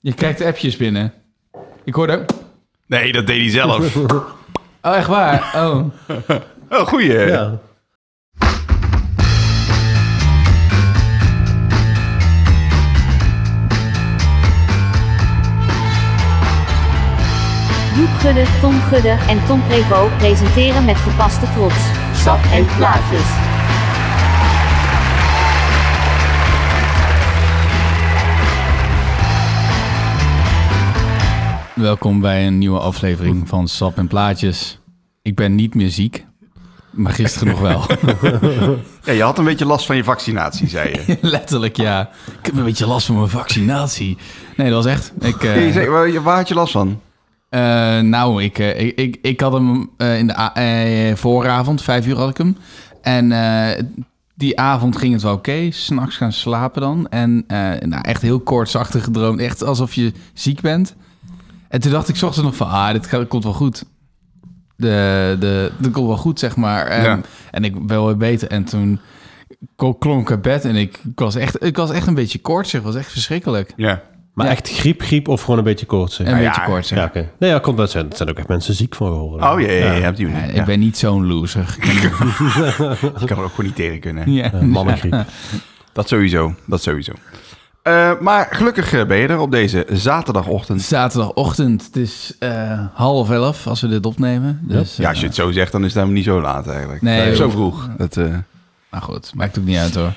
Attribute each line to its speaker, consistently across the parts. Speaker 1: Je krijgt appjes binnen. Ik hoorde ook...
Speaker 2: Nee, dat deed hij zelf.
Speaker 1: Oh, echt waar? Oh.
Speaker 2: Oh, goeie.
Speaker 3: Ja.
Speaker 4: Joep Gudde, Tom Gudde en Tom Prevo presenteren met gepaste trots. Sap en plaatjes.
Speaker 1: Welkom bij een nieuwe aflevering van Sap en Plaatjes. Ik ben niet meer ziek, maar gisteren nog wel.
Speaker 2: Ja, je had een beetje last van je vaccinatie, zei je.
Speaker 1: Letterlijk, ja. Ik heb een beetje last van mijn vaccinatie. Nee, dat was echt... Ik, eh,
Speaker 2: Ja, je zei, waar, waar had je last van?
Speaker 1: eh, nou, ik, eh, ik, ik, ik had hem eh, in de a- eh, vooravond, vijf uur had ik hem. En eh, die avond ging het wel oké. S'nachts gaan slapen dan. En eh, nou, echt heel kortsachtig gedroomd. Echt alsof je ziek bent. En toen dacht ik 's ochtends nog van, ah, dit gaat- komt wel goed. De, de, dat komt wel goed, zeg maar. En,
Speaker 2: Ja.
Speaker 1: en ik ben wel weer beter. En toen ko- klonk het bed en ik, ik, was echt, ik was echt een beetje koortsig. Het was echt verschrikkelijk.
Speaker 2: Ja.
Speaker 3: Maar
Speaker 1: Ja.
Speaker 3: echt griep, griep of gewoon een beetje koortsen?
Speaker 1: Een
Speaker 3: Ja,
Speaker 1: beetje
Speaker 2: ja,
Speaker 1: koortsig.
Speaker 3: oké. Nee, ja, komt dat zijn. Er zijn ook echt mensen ziek van geworden.
Speaker 2: Oh, ja, ja, ja, op die
Speaker 1: Ja,
Speaker 2: manier.
Speaker 1: ik
Speaker 2: Ja.
Speaker 1: ben niet zo'n loser.
Speaker 2: Ik kan er ook gewoon niet tegen kunnen.
Speaker 1: Ja.
Speaker 3: Ja, mannengriep.
Speaker 2: Dat sowieso, dat sowieso. Eh, maar gelukkig eh, ben je er op deze zaterdagochtend.
Speaker 1: Zaterdagochtend, het is eh, half elf als we dit opnemen. Dus,
Speaker 2: Ja, als je het zo zegt, dan is het helemaal niet zo laat eigenlijk.
Speaker 1: Nee,
Speaker 2: Eh, zo
Speaker 1: joh.
Speaker 2: vroeg. Dat, eh,
Speaker 1: Maar nou goed, maakt ook niet uit hoor.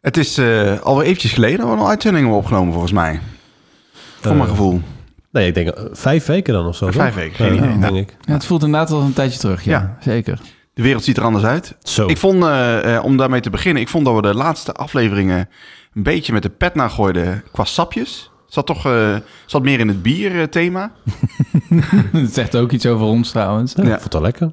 Speaker 2: het is eh alweer eventjes geleden dat we een uitzending hebben opgenomen, volgens mij. Voor
Speaker 1: Eh,
Speaker 2: mijn gevoel.
Speaker 3: Nee, ik denk eh, vijf weken dan of zo.
Speaker 2: Vijf
Speaker 3: toch?
Speaker 2: weken, geen
Speaker 3: Ja,
Speaker 2: idee.
Speaker 3: denk ik.
Speaker 1: Ja, het voelt inderdaad al een tijdje terug, ja.
Speaker 2: Ja.
Speaker 1: Zeker.
Speaker 2: De wereld ziet er anders uit.
Speaker 3: Zo.
Speaker 2: Ik vond, eh, eh, om daarmee te beginnen, ik vond dat we de laatste afleveringen een beetje met de pet naar gooiden qua sapjes. Zat toch eh, zat meer in het bierthema?
Speaker 1: Het zegt ook iets over ons trouwens. Dus
Speaker 3: Ja,
Speaker 2: Ja.
Speaker 3: ik vond het wel lekker.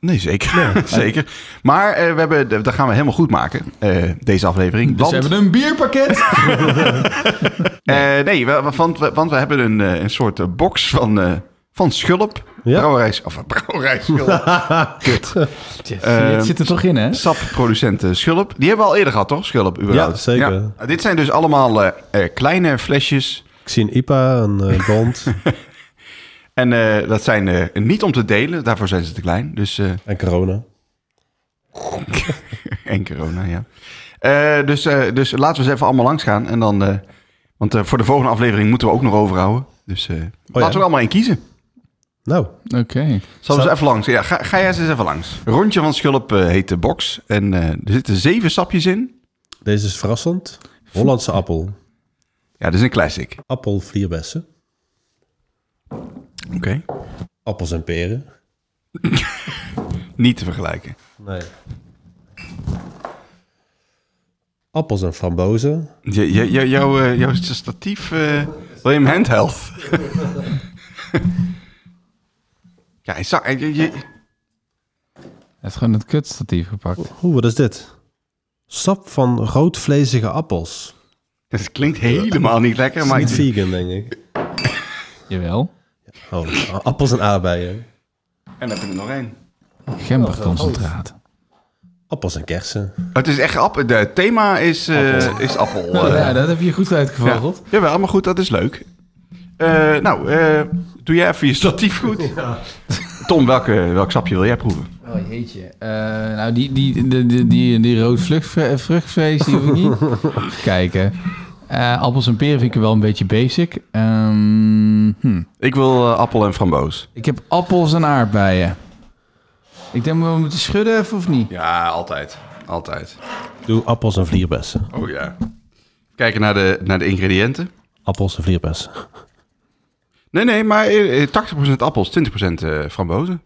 Speaker 2: Nee, zeker. zeker. Maar eh, we hebben, dat gaan we helemaal goed maken, eh, deze aflevering.
Speaker 1: Dus
Speaker 2: want,
Speaker 1: we hebben een bierpakket.
Speaker 2: eh, nee, we, we- want, we- want we hebben een, eh, een soort eh, box van, eh, van Schulp.
Speaker 3: Ja.
Speaker 2: Brouwerij, of eh, brouwerij Schulp. Kut.
Speaker 1: het zit er toch in, hè?
Speaker 2: Sapproducent eh, Schulp. Die hebben we al eerder gehad, toch? Schulp, überhaupt.
Speaker 3: Ja, zeker.
Speaker 2: Ja. Dit zijn dus allemaal eh, eh, kleine flesjes.
Speaker 3: Ik zie een IPA, een eh, blond
Speaker 2: En eh, dat zijn eh, niet om te delen, daarvoor zijn ze te klein. Dus eh
Speaker 3: en corona.
Speaker 2: en corona, ja. Eh, dus, eh, dus laten we ze even allemaal langs gaan. En dan, eh, want eh, voor de volgende aflevering moeten we ook nog overhouden. Dus eh, laten we er allemaal één kiezen.
Speaker 3: Nou,
Speaker 1: Oké.
Speaker 2: Zullen we ze even langs? Ja, ga, ga jij eens even langs. Rondje van Schulp eh, heet de box. En eh, er zitten zeven sapjes in.
Speaker 3: deze is verrassend. Hollandse appel.
Speaker 2: Ja, dit is een classic.
Speaker 3: Appel, vlierbessen.
Speaker 2: Oké.
Speaker 3: Appels en peren.
Speaker 2: Niet te vergelijken.
Speaker 3: Nee. Appels en frambozen.
Speaker 2: Je, je, jou- jouw, eh, jouw statief, eh wil je hem handheld? ja, hij zag... Je, je,
Speaker 1: Hij heeft gewoon het kutstatief gepakt.
Speaker 3: Oeh, wat is dit? Sap van roodvlezige appels.
Speaker 2: Het klinkt helemaal niet lekker, maar
Speaker 3: Niet
Speaker 2: ik,
Speaker 3: vegan, denk ik.
Speaker 1: Jawel.
Speaker 3: Oh, appels en aardbeien.
Speaker 2: en dan heb ik er nog één.
Speaker 1: Gemberconcentraat.
Speaker 2: Oh,
Speaker 3: Appels en kersen.
Speaker 2: Het is echt appel. Het thema is, eh, is appel.
Speaker 1: Nou,
Speaker 2: eh.
Speaker 1: ja, dat heb je goed uitgevogeld.
Speaker 2: Ja. Jawel, maar goed, dat is leuk. Eh, nou, eh, doe jij even je statief goed. Tom, welke, welk sapje wil jij proeven?
Speaker 1: Oh jeetje. Eh, nou, die, die, die, die, die, die rood vluchtvre- vruchtvlees, die hoef ik niet. Even Kijken. Eh, appels en peren vind ik wel een beetje basic. Ehm hm.
Speaker 2: Ik wil eh, appel en framboos.
Speaker 1: Ik heb appels en aardbeien. Ik denk we moeten schudden even of niet?
Speaker 2: Ja, altijd. Altijd.
Speaker 3: Doe appels en vlierbessen.
Speaker 2: Oh ja. Kijken naar de, naar de ingrediënten.
Speaker 3: Appels en vlierbessen.
Speaker 2: Nee, nee, maar eh, eh, 80% appels, 20% eh, frambozen.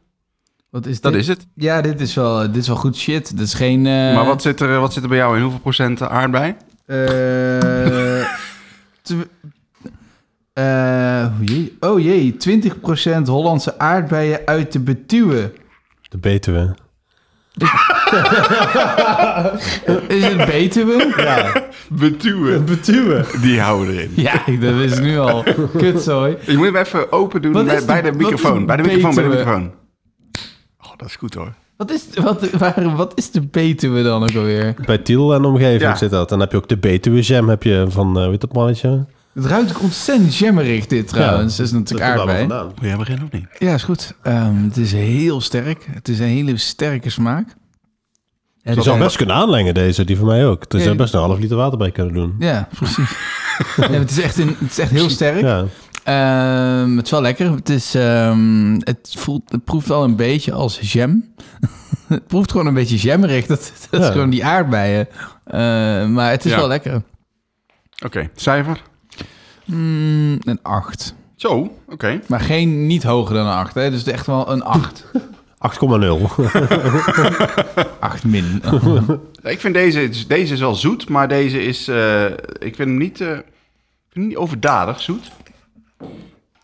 Speaker 1: Wat is
Speaker 2: Dat
Speaker 1: dit?
Speaker 2: is het.
Speaker 1: Ja, dit is wel, dit is wel goed shit. Dit is geen... eh,
Speaker 2: Maar wat zit, er, wat zit er bij jou in? Hoeveel procent aardbei?
Speaker 1: eh, tw- eh, oh jee. oh jee, 20% Hollandse aardbeien uit de Betuwe.
Speaker 3: De betuwe.
Speaker 1: Is het Betuwe?
Speaker 2: Betuwen.
Speaker 3: Betuwe?
Speaker 2: Die houden erin.
Speaker 1: Ja, dat is nu al. Kutzooi.
Speaker 2: Je moet hem even open doen
Speaker 1: Wat
Speaker 2: bij,
Speaker 1: is
Speaker 2: bij
Speaker 1: de-
Speaker 2: de
Speaker 1: wat is
Speaker 2: microfoon. Bij de microfoon, bij de
Speaker 1: betuwe?
Speaker 2: microfoon. Oh, dat is goed hoor.
Speaker 1: Wat is, wat, waar, wat is de Betuwe dan ook alweer?
Speaker 3: Bij Tiel en omgeving
Speaker 2: Ja.
Speaker 3: zit dat. En dan heb je ook de betuwe jam heb je van, eh weet dat mannetje?
Speaker 1: Het ruikt ontzettend jammerig dit trouwens. dat is natuurlijk
Speaker 3: komt allemaal
Speaker 1: aardbei.
Speaker 3: vandaan.
Speaker 2: Wil jij beginnen of niet?
Speaker 1: Ja, is goed. Ehm, het is heel sterk. Het is een hele sterke smaak. Het
Speaker 3: Je zou best kunnen aanlengen deze, die van mij ook. Er
Speaker 1: Ja,
Speaker 3: zou
Speaker 1: ja.
Speaker 3: best een half liter water bij kunnen doen.
Speaker 1: Ja, precies. Ja, maar het, is echt een, het is echt heel sterk.
Speaker 3: Ja,
Speaker 1: Ehm, het is wel lekker. Het, is, ehm, het, voelt, het proeft al een beetje als jam. het proeft gewoon een beetje jammerig. Dat, dat
Speaker 3: Ja.
Speaker 1: is gewoon die aardbeien. Eh, maar het is
Speaker 2: Ja.
Speaker 1: wel lekker.
Speaker 2: Oké, cijfer?
Speaker 1: Mm, een 8.
Speaker 2: Zo, oké.
Speaker 1: Maar geen niet hoger dan een 8. Hè? Dus echt wel een 8.
Speaker 3: 8,0.
Speaker 1: 8 min.
Speaker 2: Ik vind deze, deze is wel zoet, maar deze is... eh, ik vind hem niet, eh, ik vind hem niet overdadig zoet.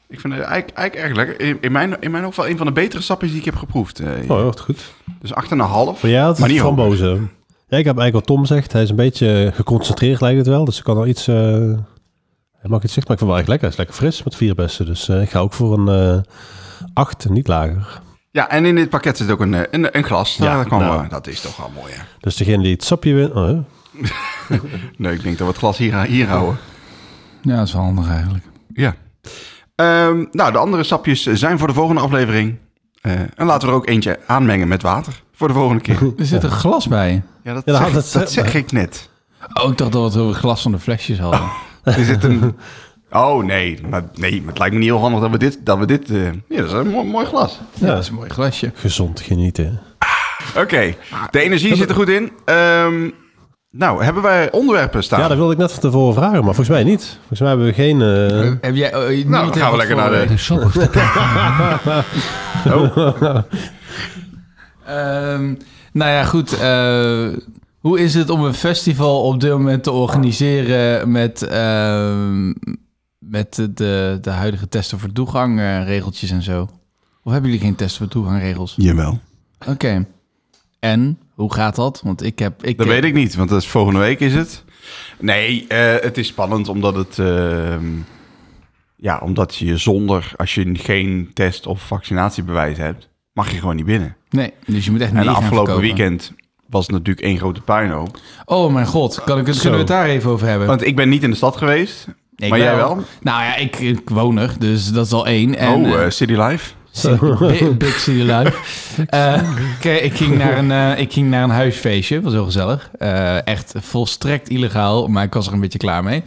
Speaker 2: Ik vind het eigenlijk, eigenlijk erg lekker. In, in mijn, in mijn ook wel een van de betere sapjes die ik heb geproefd. eh.
Speaker 3: Oh, wat goed.
Speaker 2: Dus 8,5.
Speaker 3: Maar jij had
Speaker 2: Maar
Speaker 3: het
Speaker 2: niet
Speaker 3: frambozen. Ja, ik heb eigenlijk wat Tom zegt. Hij is een beetje geconcentreerd lijkt het wel. Dus ik kan al iets... eh hij mag iets zeggen, maar ik vind het wel echt lekker. Hij is lekker fris met vier bessen. Dus eh, ik ga ook voor een eh 8, niet lager.
Speaker 2: Ja, en in dit pakket zit ook een, eh, een, een glas.
Speaker 3: Ja,
Speaker 2: Ja, dat, kan
Speaker 3: nou.
Speaker 2: wel. dat is toch wel mooi, hè?
Speaker 3: Dus degene die het sapje wint... Oh, hè?
Speaker 2: Nee, ik denk dat we het glas hier, eh, hier houden.
Speaker 1: ja, dat is wel handig eigenlijk.
Speaker 2: Ja. Ehm, nou, de andere sapjes zijn voor de volgende aflevering. Eh, en laten we er ook eentje aanmengen met water. Voor de volgende keer.
Speaker 1: Er zit een glas bij.
Speaker 2: Ja, dat,
Speaker 3: Ja, dat
Speaker 2: zeg,
Speaker 3: had het-
Speaker 2: dat zeg ik net.
Speaker 1: Oh, ik dacht dat we het over het glas van de flesjes hadden.
Speaker 2: Er zit een... Oh, nee. Maar, nee, maar het lijkt me niet heel handig dat we dit... Dat we dit eh, Ja, dat is een mooi, mooi glas.
Speaker 1: Ja, dat is een mooi glasje.
Speaker 3: Gezond genieten.
Speaker 2: Oké, de energie zit er goed in. Ehm, nou, hebben wij onderwerpen staan?
Speaker 3: Ja, dat wilde ik net van tevoren vragen, maar volgens mij niet. Volgens mij hebben we geen... eh,
Speaker 1: Heb jij, eh, niemand
Speaker 2: nou,
Speaker 1: heeft
Speaker 2: dan gaan we
Speaker 1: wat
Speaker 2: lekker
Speaker 1: voor-
Speaker 2: naar de...
Speaker 5: De sappige
Speaker 2: Oh,
Speaker 1: Ehm, nou ja, goed. eh, hoe is het om een festival op dit moment te organiseren met, ehm, met de- de, de huidige testen voor toegang eh, regeltjes en zo? Of hebben jullie geen testen voor toegang regels?
Speaker 2: jawel.
Speaker 1: Oké. En hoe gaat dat? Want ik heb. Ik,
Speaker 2: Dat weet ik niet, want dat is volgende week is het. Nee, eh, het is spannend omdat het... ehm, ja, omdat je zonder... Als je geen test of vaccinatiebewijs hebt... mag je gewoon niet binnen.
Speaker 1: Nee, dus je moet echt.
Speaker 2: en
Speaker 1: mee gaan
Speaker 2: afgelopen
Speaker 1: verkopen.
Speaker 2: weekend was het natuurlijk één grote puinhoop.
Speaker 1: Oh, mijn god. Kan ik het, kunnen we het daar even over hebben?
Speaker 2: Want ik ben niet in de stad geweest.
Speaker 1: Nee, ik
Speaker 2: Oh, maar jij wel?
Speaker 1: Nou ja, ik, ik woon er, dus dat is al één. En,
Speaker 2: oh,
Speaker 1: eh,
Speaker 2: eh, City Life.
Speaker 1: Big, big City Life. Eh, oké, ik, ging naar een, eh, ik ging naar een huisfeestje. was heel gezellig. Eh, echt volstrekt illegaal, maar ik was er een beetje klaar mee.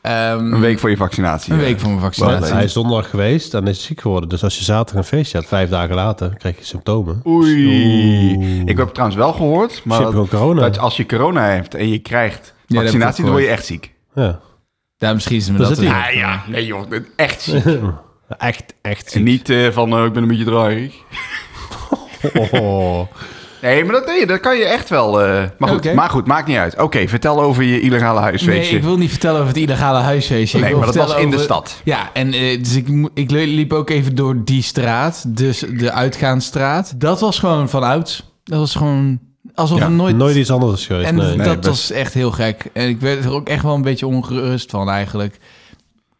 Speaker 1: Ehm,
Speaker 2: Een week voor je vaccinatie.
Speaker 1: een
Speaker 2: ja.
Speaker 1: week voor mijn
Speaker 2: Wel,
Speaker 1: vaccinatie.
Speaker 2: dat
Speaker 3: hij is donderdag geweest en is ziek geworden. Dus als je zaterdag een feestje had, vijf dagen later, krijg je symptomen.
Speaker 2: Oei.
Speaker 3: Oeh.
Speaker 2: Ik heb trouwens wel gehoord, maar
Speaker 3: Dus je hebt gewoon corona.
Speaker 2: dat als je corona hebt en je krijgt
Speaker 1: heb ik ook
Speaker 2: vaccinatie, dan word je
Speaker 1: gehoord.
Speaker 2: echt ziek.
Speaker 3: Ja.
Speaker 1: Daar misschien is me
Speaker 3: Daar
Speaker 1: dat
Speaker 3: zit
Speaker 1: een-
Speaker 2: Ah, ja, nee joh, echt ziek.
Speaker 3: Echt, echt
Speaker 2: En niet eh, van, eh, ik ben een beetje draaierig.
Speaker 3: Oh.
Speaker 2: Nee, maar dat, nee, dat kan je echt wel. eh, maar, goed,
Speaker 1: Oké.
Speaker 2: maar goed, maakt niet uit. Oké, vertel over je illegale
Speaker 1: Nee,
Speaker 2: huisfeestje.
Speaker 1: ik wil niet vertellen over het illegale huisfeestje. Ik
Speaker 2: Nee,
Speaker 1: wil
Speaker 2: maar dat was
Speaker 1: vertellen
Speaker 2: in de
Speaker 1: over-
Speaker 2: stad.
Speaker 1: Ja, en eh, dus ik, mo- ik liep ook even door die straat. Dus de uitgaansstraat. Dat was gewoon van ouds. Dat was gewoon alsof
Speaker 2: Ja,
Speaker 1: er nooit...
Speaker 3: Nooit iets anders is geweest.
Speaker 1: En
Speaker 3: nee.
Speaker 1: dat
Speaker 2: best.
Speaker 1: was echt heel gek. En ik werd er ook echt wel een beetje ongerust van eigenlijk.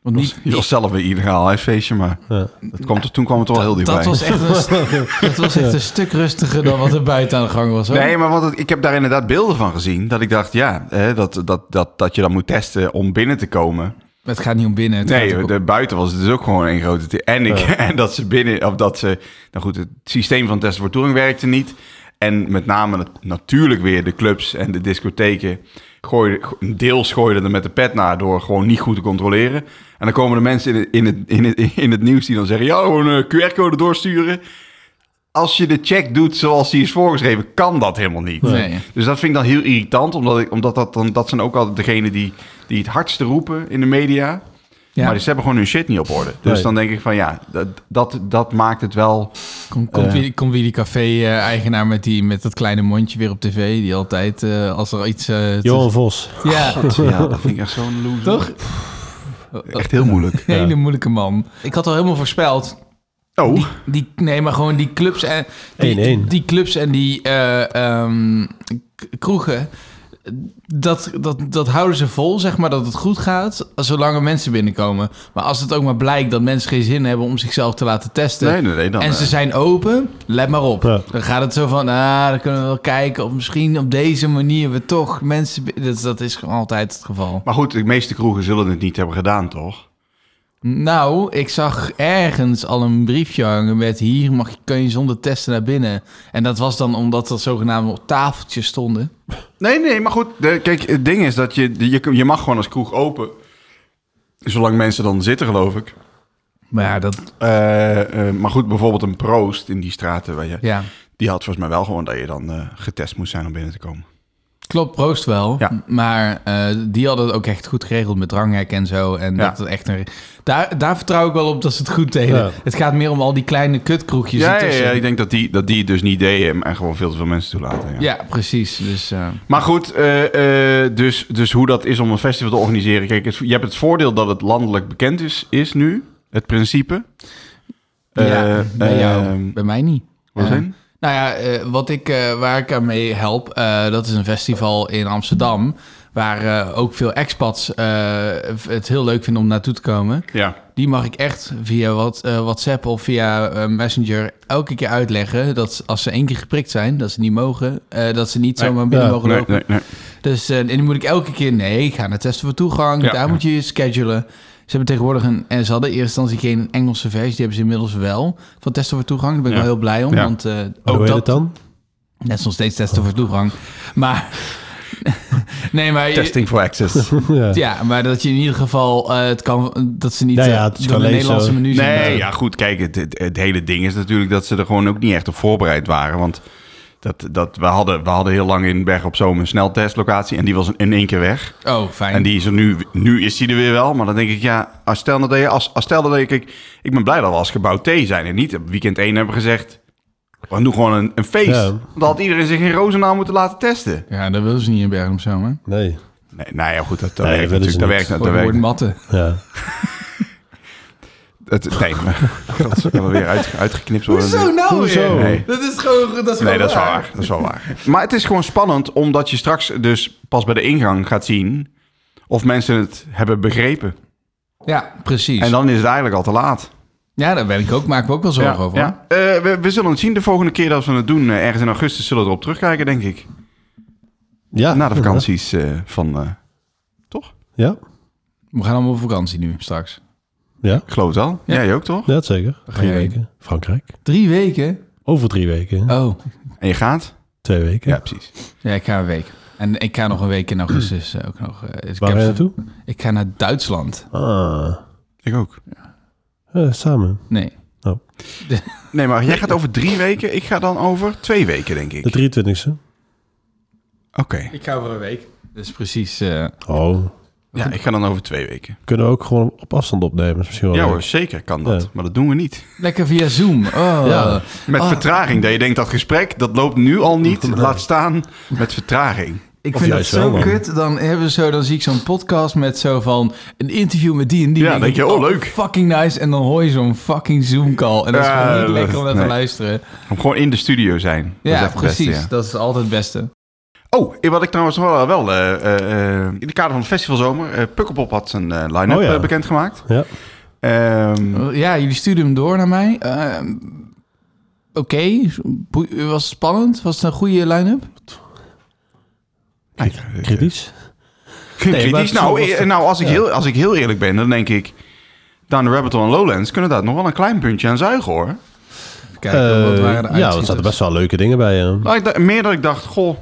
Speaker 1: Want niet,
Speaker 2: Je was zelf een illegaal huisfeestje, maar
Speaker 3: Ja.
Speaker 2: dat komt er, toen kwam het wel heel dichtbij.
Speaker 1: dat, was echt een, st- dat was echt een stuk rustiger dan wat er buiten aan de gang was. Hoor.
Speaker 2: Nee, maar want het- ik heb daar inderdaad beelden van gezien. Dat ik dacht, ja, hè, dat, dat, dat, dat je dan moet testen om binnen te komen.
Speaker 1: Het gaat niet om binnen. Het gaat
Speaker 2: Nee,
Speaker 1: ook om-
Speaker 2: de, buiten was het dus ook gewoon één grote... te- En, ik, en dat ze binnen... Of dat ze... Nou goed, het systeem van testen voor Touring werkte niet. En met name het- natuurlijk weer de clubs en de discotheken... Gooiden, go- deels gooiden er met de pet naar door gewoon niet goed te controleren. En dan komen de mensen in het, in het, in het, in het nieuws die dan zeggen... Ja, gewoon eh, een QR-code doorsturen. Als je de check doet zoals die is voorgeschreven, kan dat helemaal niet.
Speaker 1: Nee.
Speaker 2: Dus dat vind ik dan heel irritant, omdat, ik, omdat dat, dan, dat zijn ook altijd degenen die, die het hardste roepen in de media.
Speaker 1: ja,
Speaker 2: Maar ze hebben gewoon hun shit niet op orde. Dus
Speaker 3: Nee.
Speaker 2: dan denk ik van ja, dat, dat, dat maakt het wel.
Speaker 1: kom- komt weer, komt weer die café-eigenaar met, die- met dat kleine mondje weer op tv. Die altijd, eh, als er iets... eh, te-
Speaker 3: Johan Vos.
Speaker 1: ja,
Speaker 2: Ja, dat vind ik echt zo'n loser.
Speaker 1: toch?
Speaker 2: Echt heel moeilijk.
Speaker 1: Hele moeilijke man. Ik had al helemaal voorspeld.
Speaker 2: Oh,
Speaker 1: Die, nee, maar gewoon die clubs en die,
Speaker 3: 1-1.
Speaker 1: die clubs en die eh, ehm, k- kroegen. dat, dat, dat houden ze vol, zeg maar, dat het goed gaat, zolang er mensen binnenkomen. Maar als het ook maar blijkt dat mensen geen zin hebben om zichzelf te laten testen...
Speaker 2: Nee, nee, nee. Dan,
Speaker 1: en
Speaker 2: eh,
Speaker 1: ze zijn open, let maar op.
Speaker 3: Ja.
Speaker 1: Dan gaat het zo van, ah, dan kunnen we wel kijken... of misschien op deze manier we toch mensen... bi- Dat, dat is gewoon altijd het geval.
Speaker 2: Maar goed, de meeste kroegen zullen het niet hebben gedaan, toch?
Speaker 1: Nou, ik zag ergens al een briefje hangen met... hier mag, je- kun je zonder testen naar binnen. En dat was dan omdat er zogenaamd op tafeltjes stonden.
Speaker 2: Nee, nee, maar goed. de- kijk, het ding is dat je, je, je mag gewoon als kroeg open. Zolang mensen dan zitten, geloof ik.
Speaker 1: Maar ja, dat...
Speaker 2: Eh, eh, maar goed, bijvoorbeeld een proost in die straten. Waar je,
Speaker 1: Ja,
Speaker 2: Die had volgens mij wel gewoon dat je dan eh, getest moest zijn om binnen te komen.
Speaker 1: klopt, proost wel.
Speaker 2: Ja.
Speaker 1: Maar eh, die hadden het ook echt goed geregeld met dranghek en zo. En
Speaker 2: Ja.
Speaker 1: dat het echt een... Daar, daar vertrouw ik wel op dat ze het goed deden.
Speaker 3: Ja.
Speaker 1: Het gaat meer om al die kleine kutkroegjes
Speaker 2: ja, ja,
Speaker 1: ertussen.
Speaker 2: ja, ik denk dat die, dat die het dus niet deden en gewoon veel te veel mensen toelaten. Ja.
Speaker 1: Ja, precies. Dus, eh,
Speaker 2: Maar goed, eh, eh, dus, dus hoe dat is om een festival te organiseren. Kijk, het- je hebt het voordeel dat het landelijk bekend is, is nu, het principe.
Speaker 1: ja,
Speaker 2: Eh,
Speaker 1: bij, jou,
Speaker 2: ehm,
Speaker 1: bij mij niet.
Speaker 2: Wat
Speaker 1: Eh,
Speaker 2: zijn?
Speaker 1: Nou ja, eh, wat ik, eh, waar ik aan mee help, eh, dat is een festival in Amsterdam. Waar eh, ook veel expats eh, het heel leuk vinden om naartoe te komen.
Speaker 2: Ja.
Speaker 1: Die mag ik echt via wat, eh, WhatsApp of via eh, Messenger elke keer uitleggen. Dat als ze één keer geprikt zijn, dat ze niet mogen. eh, dat ze niet
Speaker 2: Nee.
Speaker 1: zomaar binnen
Speaker 3: Ja.
Speaker 1: mogen
Speaker 2: Nee,
Speaker 1: lopen.
Speaker 2: nee, nee.
Speaker 1: Dus eh, en die moet ik elke keer, nee, ik ga naar testen voor toegang.
Speaker 2: Ja.
Speaker 1: Daar moet je je schedulen. Ze hebben tegenwoordig een, en ze hadden in eerste instantie geen Engelse versie. Die hebben ze inmiddels wel van testen voor toegang. Daar ben ik
Speaker 2: Ja.
Speaker 1: wel heel blij om.
Speaker 2: Ja.
Speaker 1: Want eh,
Speaker 2: Oh,
Speaker 3: Hoe
Speaker 1: ook
Speaker 3: heet
Speaker 1: dat,
Speaker 3: het dan?
Speaker 1: net is nog steeds testen voor toegang. Maar, nee, maar... je-
Speaker 2: Testing for access.
Speaker 3: ja.
Speaker 1: Ja, maar dat je in ieder geval eh, het kan, dat ze niet
Speaker 3: Ja, ja,
Speaker 1: eh,
Speaker 3: het is
Speaker 1: door de
Speaker 3: gewoon
Speaker 1: Nederlandse
Speaker 3: lezen.
Speaker 1: menu eh, zijn.
Speaker 2: Nee, ja goed, kijk, het, het, het hele ding is natuurlijk dat ze er gewoon ook niet echt op voorbereid waren. Want dat, dat, we, hadden, we hadden heel lang in Berg op Zoom een sneltestlocatie en die was in één keer weg.
Speaker 1: Oh, fijn.
Speaker 2: En die is er nu, nu is die er weer wel. Maar dan denk ik, ja, als stel dat je, als, als stel dat je, kijk, ik ben blij dat we als gebouw T zijn en niet op weekend 1 hebben gezegd, we doen gewoon een, een feest.
Speaker 3: Ja.
Speaker 2: Dan had iedereen zich in Rozenaal moeten laten testen.
Speaker 1: Ja, dat willen ze niet in Bergen op Zoom, hè?
Speaker 3: Nee.
Speaker 2: Nee, nou ja, goed, dat, dat
Speaker 3: Nee,
Speaker 2: werkt
Speaker 3: willen
Speaker 2: natuurlijk,
Speaker 3: ze
Speaker 2: dat
Speaker 3: niet.
Speaker 2: werkt, dat
Speaker 1: Voor de
Speaker 2: werkt.
Speaker 1: woord matten.
Speaker 3: Ja.
Speaker 2: Het, nee, maar, dat is wel weer uit, uitgeknipt worden.
Speaker 1: nou
Speaker 3: Hoezo?
Speaker 2: Nee.
Speaker 1: Dat is gewoon, dat is
Speaker 2: Nee, dat is wel waar. Dat is wel waar. Maar het is gewoon spannend, omdat je straks dus pas bij de ingang gaat zien of mensen het hebben begrepen.
Speaker 1: Ja, precies.
Speaker 2: En dan is het eigenlijk al te laat.
Speaker 1: ja, daar ben ik ook, maak ik me ook wel zorgen over. hoor.
Speaker 2: Ja. Eh, we, we zullen het zien de volgende keer dat we het doen. eh, ergens in augustus zullen we erop terugkijken, denk ik.
Speaker 3: ja.
Speaker 2: Na de vakanties eh, van... eh, toch?
Speaker 3: Ja.
Speaker 1: We gaan allemaal op vakantie nu, straks.
Speaker 3: Ja.
Speaker 2: Ik geloof het wel.
Speaker 1: Ja.
Speaker 2: Jij ook, toch?
Speaker 3: Ja, dat zeker.
Speaker 1: ga je
Speaker 3: Drie
Speaker 1: heen?
Speaker 3: weken. Frankrijk.
Speaker 1: Drie weken?
Speaker 3: Over drie weken.
Speaker 1: Oh,
Speaker 2: En je gaat?
Speaker 3: Twee weken.
Speaker 2: Ja, precies.
Speaker 1: ja, ik ga een week. En ik ga nog een week in augustus eh, ook nog. eh, dus ik
Speaker 3: Waar
Speaker 1: heb-
Speaker 3: ga je naartoe?
Speaker 1: Ik ga naar Duitsland.
Speaker 3: Ah.
Speaker 2: Ik ook.
Speaker 3: Eh, samen.
Speaker 1: Nee.
Speaker 2: Nee, maar jij gaat over drie weken. Ik ga dan over twee weken, denk ik.
Speaker 3: De
Speaker 2: Oké.
Speaker 3: 23e.
Speaker 1: Ik ga over een week. Dus precies. eh,
Speaker 3: Oh.
Speaker 2: Ja, ik ga dan over twee weken.
Speaker 3: Kunnen we ook gewoon op afstand opnemen. Dat is misschien wel
Speaker 2: Ja
Speaker 3: leuk.
Speaker 2: hoor, zeker kan dat.
Speaker 3: Ja.
Speaker 2: Maar dat doen we niet.
Speaker 1: lekker via Zoom. Oh.
Speaker 3: Ja.
Speaker 2: Met
Speaker 1: Ah.
Speaker 2: vertraging. Dat je denkt, dat gesprek, dat loopt nu al niet. Laat staan met vertraging.
Speaker 1: Ik
Speaker 3: Of
Speaker 1: vind dat
Speaker 3: juist wel
Speaker 1: zo
Speaker 3: dan.
Speaker 1: kut. Dan, hebben ze zo, dan zie ik zo'n podcast met zo van een interview met die en die.
Speaker 2: Ja, denk je,
Speaker 1: ik,
Speaker 2: oh, leuk.
Speaker 1: Fucking nice. En dan hoor je zo'n fucking Zoom-call. En dat is
Speaker 2: Ja,
Speaker 1: gewoon niet
Speaker 2: dat-
Speaker 1: lekker om naar
Speaker 2: nee.
Speaker 1: te luisteren.
Speaker 2: Om gewoon in de studio zijn. Dat is
Speaker 1: Ja,
Speaker 2: echt het beste,
Speaker 1: precies.
Speaker 2: ja.
Speaker 1: Dat is altijd het beste.
Speaker 2: Oh, wat ik trouwens wel, wel eh, eh, eh, in de kader van de festivalzomer, eh Pukkelpop had zijn eh, line-up
Speaker 3: Oh ja.
Speaker 2: eh, bekendgemaakt.
Speaker 3: Ja.
Speaker 2: Ehm,
Speaker 1: Ja, jullie stuurden hem door naar mij. Eh, Oké, boe- was het spannend? Was het een goede line-up?
Speaker 2: kijk, eh,
Speaker 3: Kritisch.
Speaker 2: kritisch.
Speaker 3: Nee, maar het is
Speaker 2: nou,
Speaker 3: wel
Speaker 2: eh,
Speaker 3: lastig.
Speaker 2: nou als, ik
Speaker 3: Ja.
Speaker 2: heel, als ik heel eerlijk ben, dan denk ik... Down the Rabbit Hole en Lowlands kunnen daar nog wel een klein puntje aan zuigen, hoor.
Speaker 1: Kijk, wat
Speaker 3: Eh,
Speaker 1: waren de
Speaker 3: ja, er
Speaker 1: uitschieters?
Speaker 3: zaten best wel leuke dingen bij. hè.
Speaker 2: Nou, ik dacht- meer dat ik dacht, goh...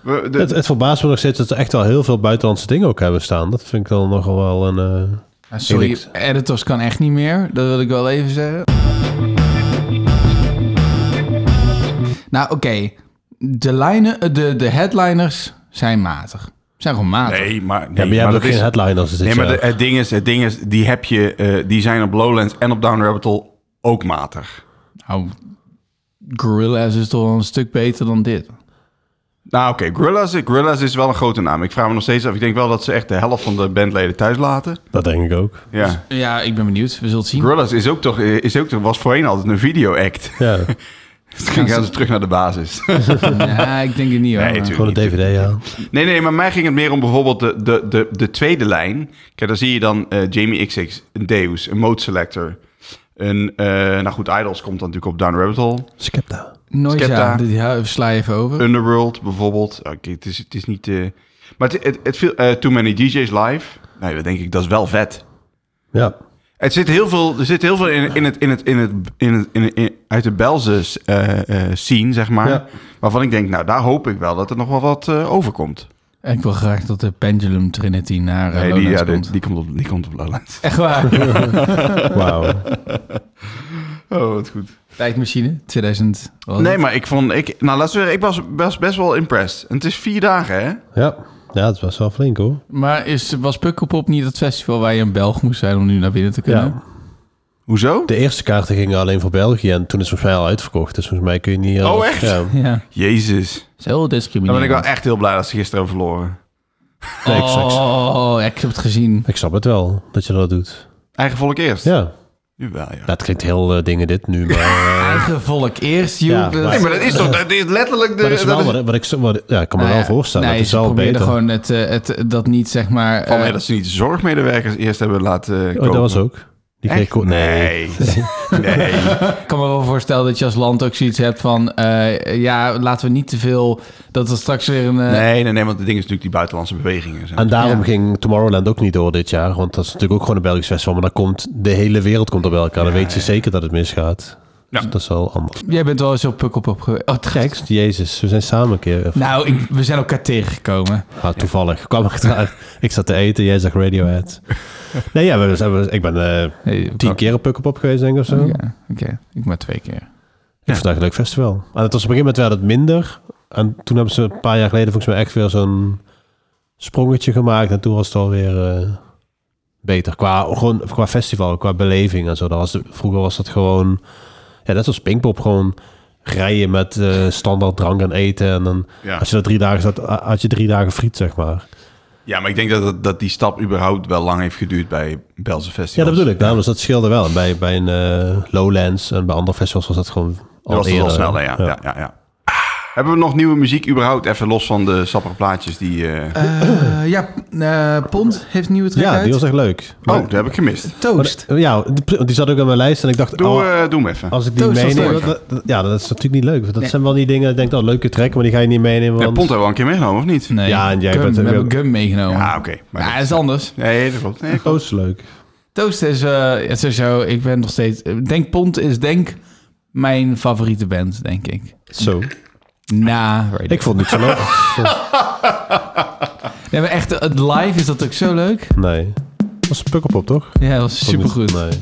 Speaker 2: we- de-
Speaker 3: Het, het verbaast me nog steeds dat ze echt wel heel veel buitenlandse dingen ook hebben staan. Dat vind ik dan nogal wel een... eh,
Speaker 1: Ah, Sorry,
Speaker 3: Felix.
Speaker 1: editors kan echt niet meer. Dat wil ik wel even zeggen. Nou, oké. De, lijnen- eh, de, de headliners zijn matig. Zijn gewoon matig.
Speaker 2: nee, maar, nee,
Speaker 3: ja, maar jij hebt
Speaker 2: dat
Speaker 3: ook geen eh.
Speaker 2: is,
Speaker 3: headliners dus dit
Speaker 2: Nee, maar
Speaker 3: jaar.
Speaker 2: de- het, ding is, het ding is, die heb je, eh, die zijn op Lowlands en op Down the Rabbit Hole ook matig.
Speaker 1: Nou, Gorillaz is toch wel een stuk beter dan dit.
Speaker 2: Nou, oké. Gorillaz, Gorillaz is wel een grote naam. Ik vraag me nog steeds af. Ik denk wel dat ze echt de helft van de bandleden thuis laten.
Speaker 3: Dat denk ik ook.
Speaker 2: Ja.
Speaker 1: Ja, ik ben benieuwd. We zullen het zien.
Speaker 2: Gorillaz is ook toch, is ook toch, was voorheen altijd een video-act.
Speaker 3: Ja.
Speaker 2: Toen ging gaan ze terug naar de basis.
Speaker 1: Ja, ik denk het niet hoor.
Speaker 2: Nee, tuurlijk.
Speaker 3: Gewoon de DVD aan.
Speaker 2: Nee, nee, maar mij ging het meer om bijvoorbeeld de, de, de, de tweede lijn. Kijk, daar zie je dan eh, Jamie XX, een Deus, een Mode Selector. Een, eh, nou goed, Idols komt dan natuurlijk op Down Rabbit Hole.
Speaker 3: Skepta.
Speaker 1: Nooit
Speaker 2: Skepta.
Speaker 1: ja, dit ja, sla je even over.
Speaker 2: Underworld bijvoorbeeld. Ah, Oké, het, is, het is niet... eh, maar het, het, het viel, eh, Too Many DJs Live. Nou, dat denk ik, dat is wel vet.
Speaker 3: Ja.
Speaker 2: Het zit heel veel, er zit heel veel in, in het, in het, in het, in het, in het- in- uit de Belze eh, eh, scene, zeg maar.
Speaker 3: Ja.
Speaker 2: Waarvan ik denk, nou, daar hoop ik wel dat er nog wel wat eh, overkomt.
Speaker 1: En Ik wil graag dat de Pendulum Trinity naar eh,
Speaker 2: Nee, die,
Speaker 1: Lowlands
Speaker 2: ja,
Speaker 1: komt.
Speaker 2: die, die komt op, die komt op Lowlands.
Speaker 1: Echt waar.
Speaker 3: Wauw.
Speaker 2: Oh, wat goed.
Speaker 1: Tijdmachine 2000. wat was
Speaker 2: Nee,
Speaker 1: het?
Speaker 2: maar ik vond, ik, nou, laat zeggen, ik was best, best wel impressed. En het is vier dagen, hè?
Speaker 3: Ja. Ja, het was wel flink hoor.
Speaker 1: Maar is, was Pukkelpop niet het festival waar je een Belg moest zijn om nu naar binnen te kunnen?
Speaker 3: Ja.
Speaker 2: Hoezo?
Speaker 3: De eerste kaarten gingen alleen voor België en toen is het volgens mij al uitverkocht. Dus volgens mij kun je niet... eh,
Speaker 2: Oh, echt?
Speaker 3: Ja.
Speaker 1: Ja.
Speaker 2: Jezus.
Speaker 1: Dat is heel
Speaker 2: Dan ben
Speaker 1: discriminerend.
Speaker 2: ik wel echt heel blij dat ze gisteren hebben verloren.
Speaker 3: Nee, ik, ik,
Speaker 1: Oh, ik heb het gezien.
Speaker 3: ik snap het wel dat je dat doet.
Speaker 2: Eigen volk eerst.
Speaker 3: Ja.
Speaker 2: Jawel, ja.
Speaker 3: Dat klinkt heel eh, dingen dit nu, maar...
Speaker 1: Eigen volk eerst, joh.
Speaker 3: Ja,
Speaker 1: Dat-
Speaker 3: maar-
Speaker 2: Nee, maar dat is toch, dat is letterlijk de...
Speaker 3: Maar dat is wel
Speaker 2: dat is-
Speaker 3: wat, wat ik... zo- Wat, ja, ik kan me
Speaker 1: Nou
Speaker 3: wel
Speaker 1: ja,
Speaker 3: voorstellen.
Speaker 1: Nee,
Speaker 3: dat is
Speaker 1: ze
Speaker 3: wel
Speaker 1: probeerden
Speaker 3: beter.
Speaker 1: gewoon het, eh, het, dat niet, zeg maar...
Speaker 2: Van mij
Speaker 1: eh,
Speaker 2: dat ze niet de zorgmedewerkers eerst hebben laten
Speaker 3: Oh,
Speaker 2: kopen.
Speaker 3: dat was ook. Die
Speaker 2: Echt?
Speaker 3: kreeg ko- nee.
Speaker 2: nee.
Speaker 1: Ik kan me wel voorstellen dat je als land ook zoiets hebt van... eh, ja, laten we niet te veel... Dat er straks weer een... eh,
Speaker 2: Nee, nee, nee, want het ding is natuurlijk die buitenlandse bewegingen. Zijn.
Speaker 3: En daarom
Speaker 1: Ja.
Speaker 3: ging Tomorrowland ook niet door dit jaar. Want dat is natuurlijk ook gewoon een Belgisch festival. Maar dan komt de hele wereld komt er bij elkaar. Dan weet je zeker dat het misgaat.
Speaker 2: Ja.
Speaker 3: Dus dat is wel anders.
Speaker 1: Jij bent wel eens op Pukkelpop geweest. Oh, te gek.
Speaker 3: Jezus, we zijn samen een keer.
Speaker 1: Nou, ik- we zijn elkaar tegengekomen.
Speaker 3: Ah, toevallig. Ik kwam ik eruit. Ik zat te eten, jij zag Radiohead. Nee, ja, we zijn, we- ik ben eh,
Speaker 1: Nee,
Speaker 3: tien keer op Pukkelpop geweest, denk ik, of zo.
Speaker 1: Ja, oké. Ik maar twee keer.
Speaker 3: Ik vond het eigenlijk een leuk festival. En het was op een gegeven moment werd het minder. En toen hebben ze een paar jaar geleden volgens mij echt weer zo'n sprongetje gemaakt. En toen was het alweer eh, beter. Qua, gewoon, qua festival, qua beleving en zo. Dat was de- vroeger was dat gewoon... Ja, net zoals Pinkpop. Gewoon rijden met eh, standaard drank en eten. En dan,
Speaker 2: Ja.
Speaker 3: als je dat drie dagen zat, had je drie dagen friet, zeg maar.
Speaker 2: ja, maar ik denk dat, dat, dat die stap überhaupt wel lang heeft geduurd bij Belze
Speaker 3: Ja,
Speaker 2: festivals.
Speaker 3: dat bedoel ik. Daarom, dus dat scheelde wel. En bij, bij een eh, Lowlands en bij andere festivals was dat gewoon
Speaker 2: Dat
Speaker 3: al
Speaker 2: was het wel
Speaker 3: eerder.
Speaker 2: sneller, ja. Ja. Ja, ja, Hebben we nog nieuwe muziek überhaupt? Even los van de sappige plaatjes die... eh,
Speaker 1: ja, eh, Pond heeft nieuwe track
Speaker 3: Ja,
Speaker 1: uit.
Speaker 3: die was Oh, echt leuk.
Speaker 2: Oh, dat heb ik gemist.
Speaker 1: Toast.
Speaker 3: Maar, ja, die- die zat ook aan mijn lijst en ik dacht,
Speaker 2: Doe,
Speaker 3: oh,
Speaker 2: eh, doe hem even.
Speaker 3: als ik die
Speaker 1: Toast was
Speaker 3: meeneem...
Speaker 1: leuk.
Speaker 3: dat- dat- ja, dat is natuurlijk niet leuk. Dat
Speaker 1: Nee.
Speaker 3: zijn wel die dingen, ik denk, oh, leuke track, maar die ga je niet meenemen.
Speaker 2: Ja,
Speaker 3: Want...
Speaker 2: Pont hebben we al een keer meegenomen, of niet?
Speaker 1: Nee,
Speaker 3: Ja, en jij
Speaker 1: Gum.
Speaker 3: bent-
Speaker 1: we hebben Gum meegenomen.
Speaker 2: Ja, oké. maar
Speaker 1: Ja,
Speaker 2: dat-
Speaker 1: dat is anders.
Speaker 2: Nee, dat klopt. Nee,
Speaker 3: Toast is leuk.
Speaker 1: Toast is eh, ja, sowieso... Ik ben nog steeds... eh, Denk Pond is denk mijn favoriete band, denk ik.
Speaker 3: Zo.
Speaker 1: Na
Speaker 3: Ik vond het niet zo leuk.
Speaker 1: Nee, maar echt, het live is dat ook zo leuk.
Speaker 3: Nee. Dat was een pukkelpop, toch?
Speaker 1: Ja, dat was supergoed.
Speaker 3: Nee.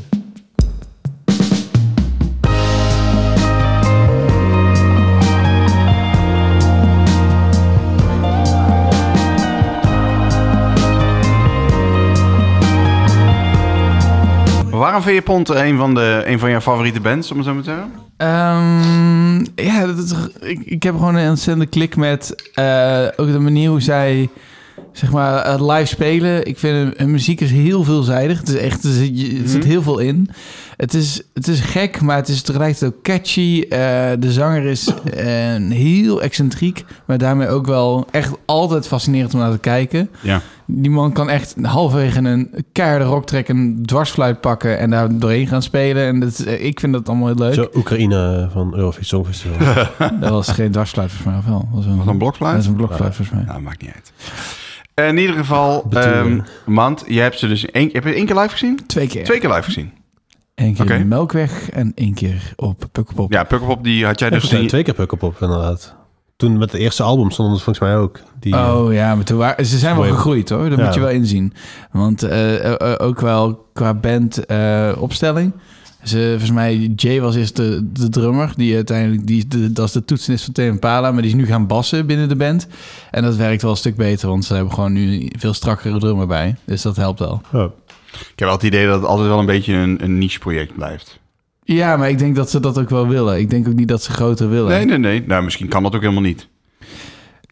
Speaker 2: Maar Waarom vind je Pont een van, de, een van jouw favoriete bands, om het zo maar te zeggen?
Speaker 1: Ehm, ja, dat is, ik, ik heb gewoon een ontzettende klik met eh, ook de manier hoe zij zeg maar, het live spelen. Ik vind hun, hun muziek is heel veelzijdig. Het is echt, er zit, je- er zit heel veel in. Het is, het is gek, maar het is tegelijkertijd ook catchy. Eh, de zanger is eh, heel excentriek, maar daarmee ook wel echt altijd fascinerend om naar te kijken.
Speaker 2: Ja.
Speaker 1: Die man kan echt halverwege een keiharde rocktrack een dwarsfluit pakken en daar doorheen gaan spelen. En dat, is- eh, ik vind dat allemaal heel leuk.
Speaker 3: Zo, Oekraïne van Eurovisie Songfestival.
Speaker 1: Dat was geen dwarsfluit volgens mij, of wel? Dat was een,
Speaker 2: Was dat een
Speaker 1: dat
Speaker 2: blokfluit?
Speaker 1: is een blokfluit volgens mij.
Speaker 2: Nou, maakt niet uit. Eh, in ieder geval, ehm
Speaker 3: Betuwen.
Speaker 2: want je hebt ze dus één, heb je één keer live gezien?
Speaker 1: Twee keer.
Speaker 2: Twee keer live gezien.
Speaker 1: Eén keer
Speaker 2: Oké.
Speaker 1: in Melkweg en één keer op Pukkelpop.
Speaker 2: Ja, Pukkelpop, die had jij
Speaker 3: Ja,
Speaker 2: dus gezien.
Speaker 3: twee keer pukkelpop, inderdaad. Toen met het eerste album stonden ze volgens mij ook. Die,
Speaker 1: Oh ja, maar toen waren, ze zijn wel
Speaker 3: Mooi.
Speaker 1: gegroeid hoor, dat
Speaker 3: Ja.
Speaker 1: moet je wel inzien. Want eh, eh, eh, ook wel qua band eh, opstelling. Ze, volgens mij, Jay was eerst de, de drummer, die uiteindelijk, die, is de, dat is de toetsenist van Tame Impala, maar die is nu gaan bassen binnen de band. En dat werkt wel een stuk beter, want ze hebben gewoon nu een veel strakkere drummer bij. Dus dat helpt wel.
Speaker 3: eh, Ja.
Speaker 2: Ik heb wel het idee dat het altijd wel een beetje een, een niche-project blijft.
Speaker 1: Ja, maar ik denk dat ze dat ook wel willen. Ik denk ook niet dat ze groter willen.
Speaker 2: Nee, nee, nee. Nou, misschien kan dat ook helemaal niet.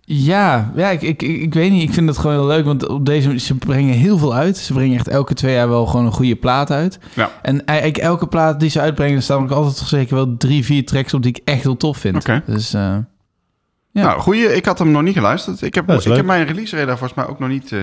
Speaker 1: Ja, ja ik, ik, ik ik weet niet. Ik vind het gewoon heel leuk. Want op deze, ze brengen heel veel uit. Ze brengen echt elke twee jaar wel gewoon een goede plaat uit.
Speaker 2: Ja.
Speaker 1: En eigenlijk elke plaat die ze uitbrengen, er staan ook altijd toch zeker wel drie, vier tracks op die ik echt heel tof vind.
Speaker 2: Oké.
Speaker 1: Dus eh, Ja.
Speaker 2: Nou, goeie. Ik had hem nog niet geluisterd. Ik heb,
Speaker 3: Dat is
Speaker 2: ik
Speaker 3: leuk.
Speaker 2: heb mijn release radar volgens mij ook nog niet eh,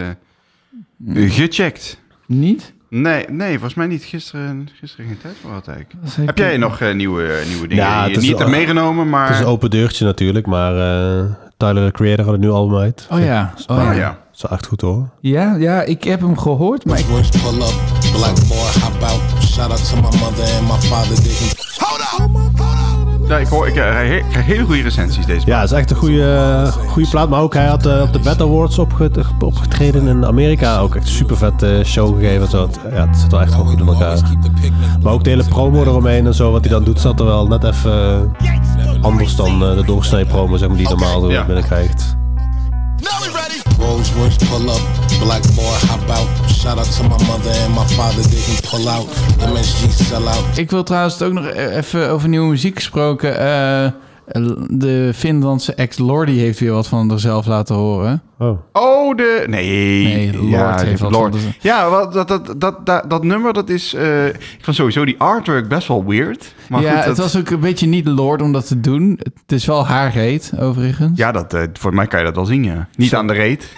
Speaker 2: gecheckt.
Speaker 1: niet?
Speaker 2: Nee, nee, volgens mij niet. Gisteren, gisteren geen tijd voor had eigenlijk.
Speaker 1: Dat is heel
Speaker 2: Heb jij nog eh, nieuwe, nieuwe dingen die
Speaker 3: Ja, het
Speaker 2: je
Speaker 3: is
Speaker 2: niet
Speaker 3: wel-
Speaker 2: hebt meegenomen, maar...
Speaker 3: Het is een open deurtje natuurlijk, maar eh Tyler, de creator, had het nu album uit.
Speaker 1: Oh ja. Oh,
Speaker 2: Oh,
Speaker 1: ja. ja.
Speaker 2: ja.
Speaker 3: Dat is wel echt goed hoor.
Speaker 1: ja, ik heb hem gehoord, maar ik...
Speaker 5: Words pull up, black boy hop out. Shout out to my mother and my father didn't.
Speaker 2: ja, ik hoor, ik eh, he- krijg hele goede recensies deze
Speaker 3: Ja, het is echt een goede, eh, goede plaat. Maar ook hij had eh, op de Bet Awards opge- opgetreden in Amerika. Ook echt een super vet eh, show gegeven. en Zo. Het- Ja, het zit wel echt wel goed in elkaar. Maar ook de hele promo eromheen en zo, wat hij dan doet, zat er wel net even eh, anders dan eh, de doorsnee promo zeg maar, die je normaal door
Speaker 2: Ja.
Speaker 3: binnenkrijgt.
Speaker 5: Rose words pull up, black boy hop out. Shout out to my mother and my father didn't pull out. MSG sell out.
Speaker 1: Ik wil trouwens het ook nog e- even over nieuwe muziek gesproken. Eh, de Finlandse ex-Lordy heeft weer wat van zichzelf laten horen.
Speaker 3: Oh.
Speaker 2: Oh, de... Nee.
Speaker 1: Nee, Lord heeft
Speaker 2: die-
Speaker 1: wat
Speaker 2: Lord.
Speaker 1: van-
Speaker 2: Ja, wel, dat, dat, dat, dat, dat nummer, dat is... eh, ik vond sowieso die artwork best wel weird. Maar
Speaker 1: ja,
Speaker 2: goed,
Speaker 1: het
Speaker 2: dat-
Speaker 1: was ook een beetje niet Lord om dat te doen. Het is wel haar heet, overigens.
Speaker 2: Ja, dat, eh, voor mij kan je dat wel zien, ja. Niet aan de reet.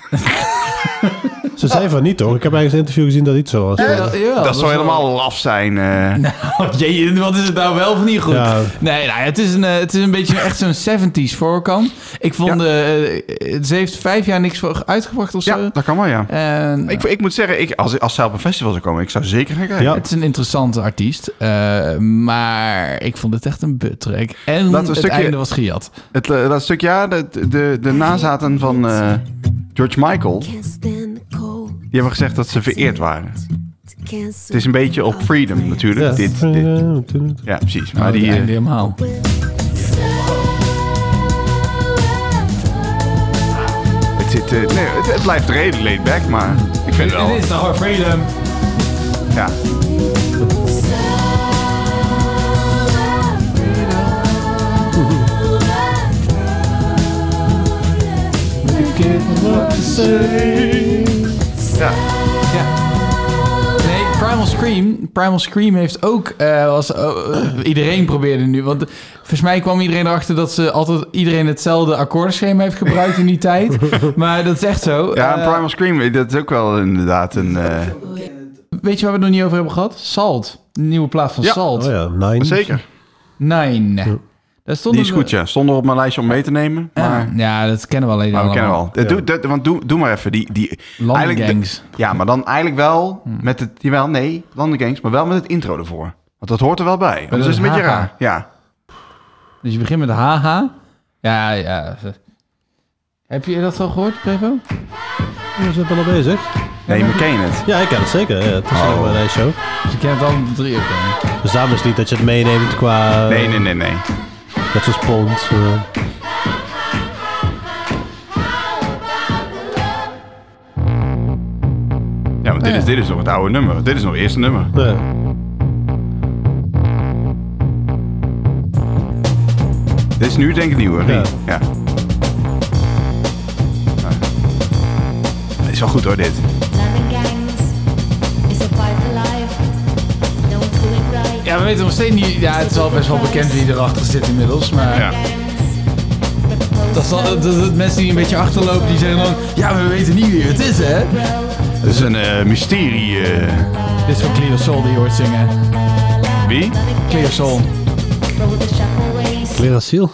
Speaker 3: Ze zei van niet hoor. Ik heb ergens een interview gezien dat het niet zo was.
Speaker 1: Ja, jawel,
Speaker 2: dat,
Speaker 1: was
Speaker 2: zou
Speaker 1: wel-
Speaker 2: helemaal laf zijn. eh.
Speaker 1: Oh, jee, wat is het nou wel of niet goed?
Speaker 3: Ja.
Speaker 1: Nee, nou, het, is een, eh, het is een beetje echt zo'n 70s voorkant. Ik vond, eh eh, ze heeft vijf jaar niks voor uitgebracht of
Speaker 2: ja,
Speaker 1: zo.
Speaker 2: dat kan wel, ja.
Speaker 1: En,
Speaker 2: Ik, ik moet zeggen, ik, als, als zij op een festival zou komen, ik zou zeker gaan kijken.
Speaker 3: Ja.
Speaker 1: Het is een interessante artiest, eh, maar ik vond het echt een buttrack. En
Speaker 2: we een
Speaker 1: het
Speaker 2: stukje-
Speaker 1: einde was gejat.
Speaker 2: Het, eh, dat stuk, ja, de, de, de nazaten van eh, George Michael, die
Speaker 6: Can't stand the cold.
Speaker 2: hebben gezegd dat ze vereerd waren.
Speaker 6: Can't
Speaker 2: Het is een beetje op Freedom natuurlijk.
Speaker 3: Ja.
Speaker 2: Dit, dit. Ja, precies. Maar
Speaker 1: Oh,
Speaker 2: die,
Speaker 1: het einde
Speaker 2: eh,
Speaker 1: helemaal.
Speaker 2: het, zit, eh, nee, het, het blijft redelijk laid back, maar ik vind wel.
Speaker 1: de Hard Freedom.
Speaker 2: Ja. Ja.
Speaker 1: Ja. Nee, Primal Scream. Primal Scream heeft ook. eh, was, oh, eh, iedereen probeerde nu. Want volgens mij kwam iedereen erachter dat ze altijd iedereen hetzelfde akkoordschema heeft gebruikt in die tijd. Maar dat is echt zo.
Speaker 2: ja,
Speaker 1: Eh,
Speaker 2: en Primal Scream, dat is ook wel inderdaad een... eh,
Speaker 1: Weet je waar we het nog niet over hebben gehad? Salt. De nieuwe plaat van
Speaker 2: Ja.
Speaker 1: Salt.
Speaker 3: Oh ja, Nine.
Speaker 2: zeker.
Speaker 1: Nine. Daar stond
Speaker 2: Die is goed, ja. Stond er op mijn lijstje om mee te nemen, maar...
Speaker 1: Ja, dat kennen we alleen
Speaker 2: Maar we
Speaker 1: allemaal.
Speaker 2: kennen wel. Eh,
Speaker 3: Ja.
Speaker 2: Doe, dat- want doe, doe maar even die... die eigenlijk de-
Speaker 1: Landengangs.
Speaker 2: ja, maar dan eigenlijk wel
Speaker 1: Hm.
Speaker 2: met het... Jawel, nee, landengangs, maar wel met het intro ervoor. Want dat hoort er wel bij. Dat is
Speaker 1: dat
Speaker 2: het een beetje
Speaker 1: haha.
Speaker 2: raar. Ja.
Speaker 1: Dus je begint met haha. Ja, ja. Heb je dat al gehoord, Prevo?
Speaker 3: We zijn wel al bezig.
Speaker 2: Nee, we kennen het.
Speaker 3: Ja, ik heb het zeker. Ja, het is
Speaker 2: Oh.
Speaker 3: oh. een show.
Speaker 1: Dus ik ken het al drie ook. hè.
Speaker 3: Dus daarom is het niet dat je het meeneemt qua...
Speaker 2: Nee, nee, nee, nee.
Speaker 3: Net zoals Pond. eh.
Speaker 2: Ja, want dit is, dit is nog het oude nummer. Dit is nog het eerste nummer.
Speaker 3: Nee.
Speaker 2: Dit is nu denk ik nieuw, hè? Ja.
Speaker 3: Ja.
Speaker 2: ja. Het is wel goed hoor, dit.
Speaker 1: Ja, we weten nog steeds niet. Ja, het is al best wel bekend wie erachter zit inmiddels. Maar
Speaker 2: Ja.
Speaker 1: dat, is al, dat, dat mensen die een beetje achterlopen, die zeggen dan: Ja, we weten niet wie het is, hè?
Speaker 2: Het is een eh, mysterie. eh.
Speaker 1: Dit is van Cleo Sol die je hoort zingen.
Speaker 2: wie?
Speaker 1: Cleo Sol.
Speaker 3: Clearaciel.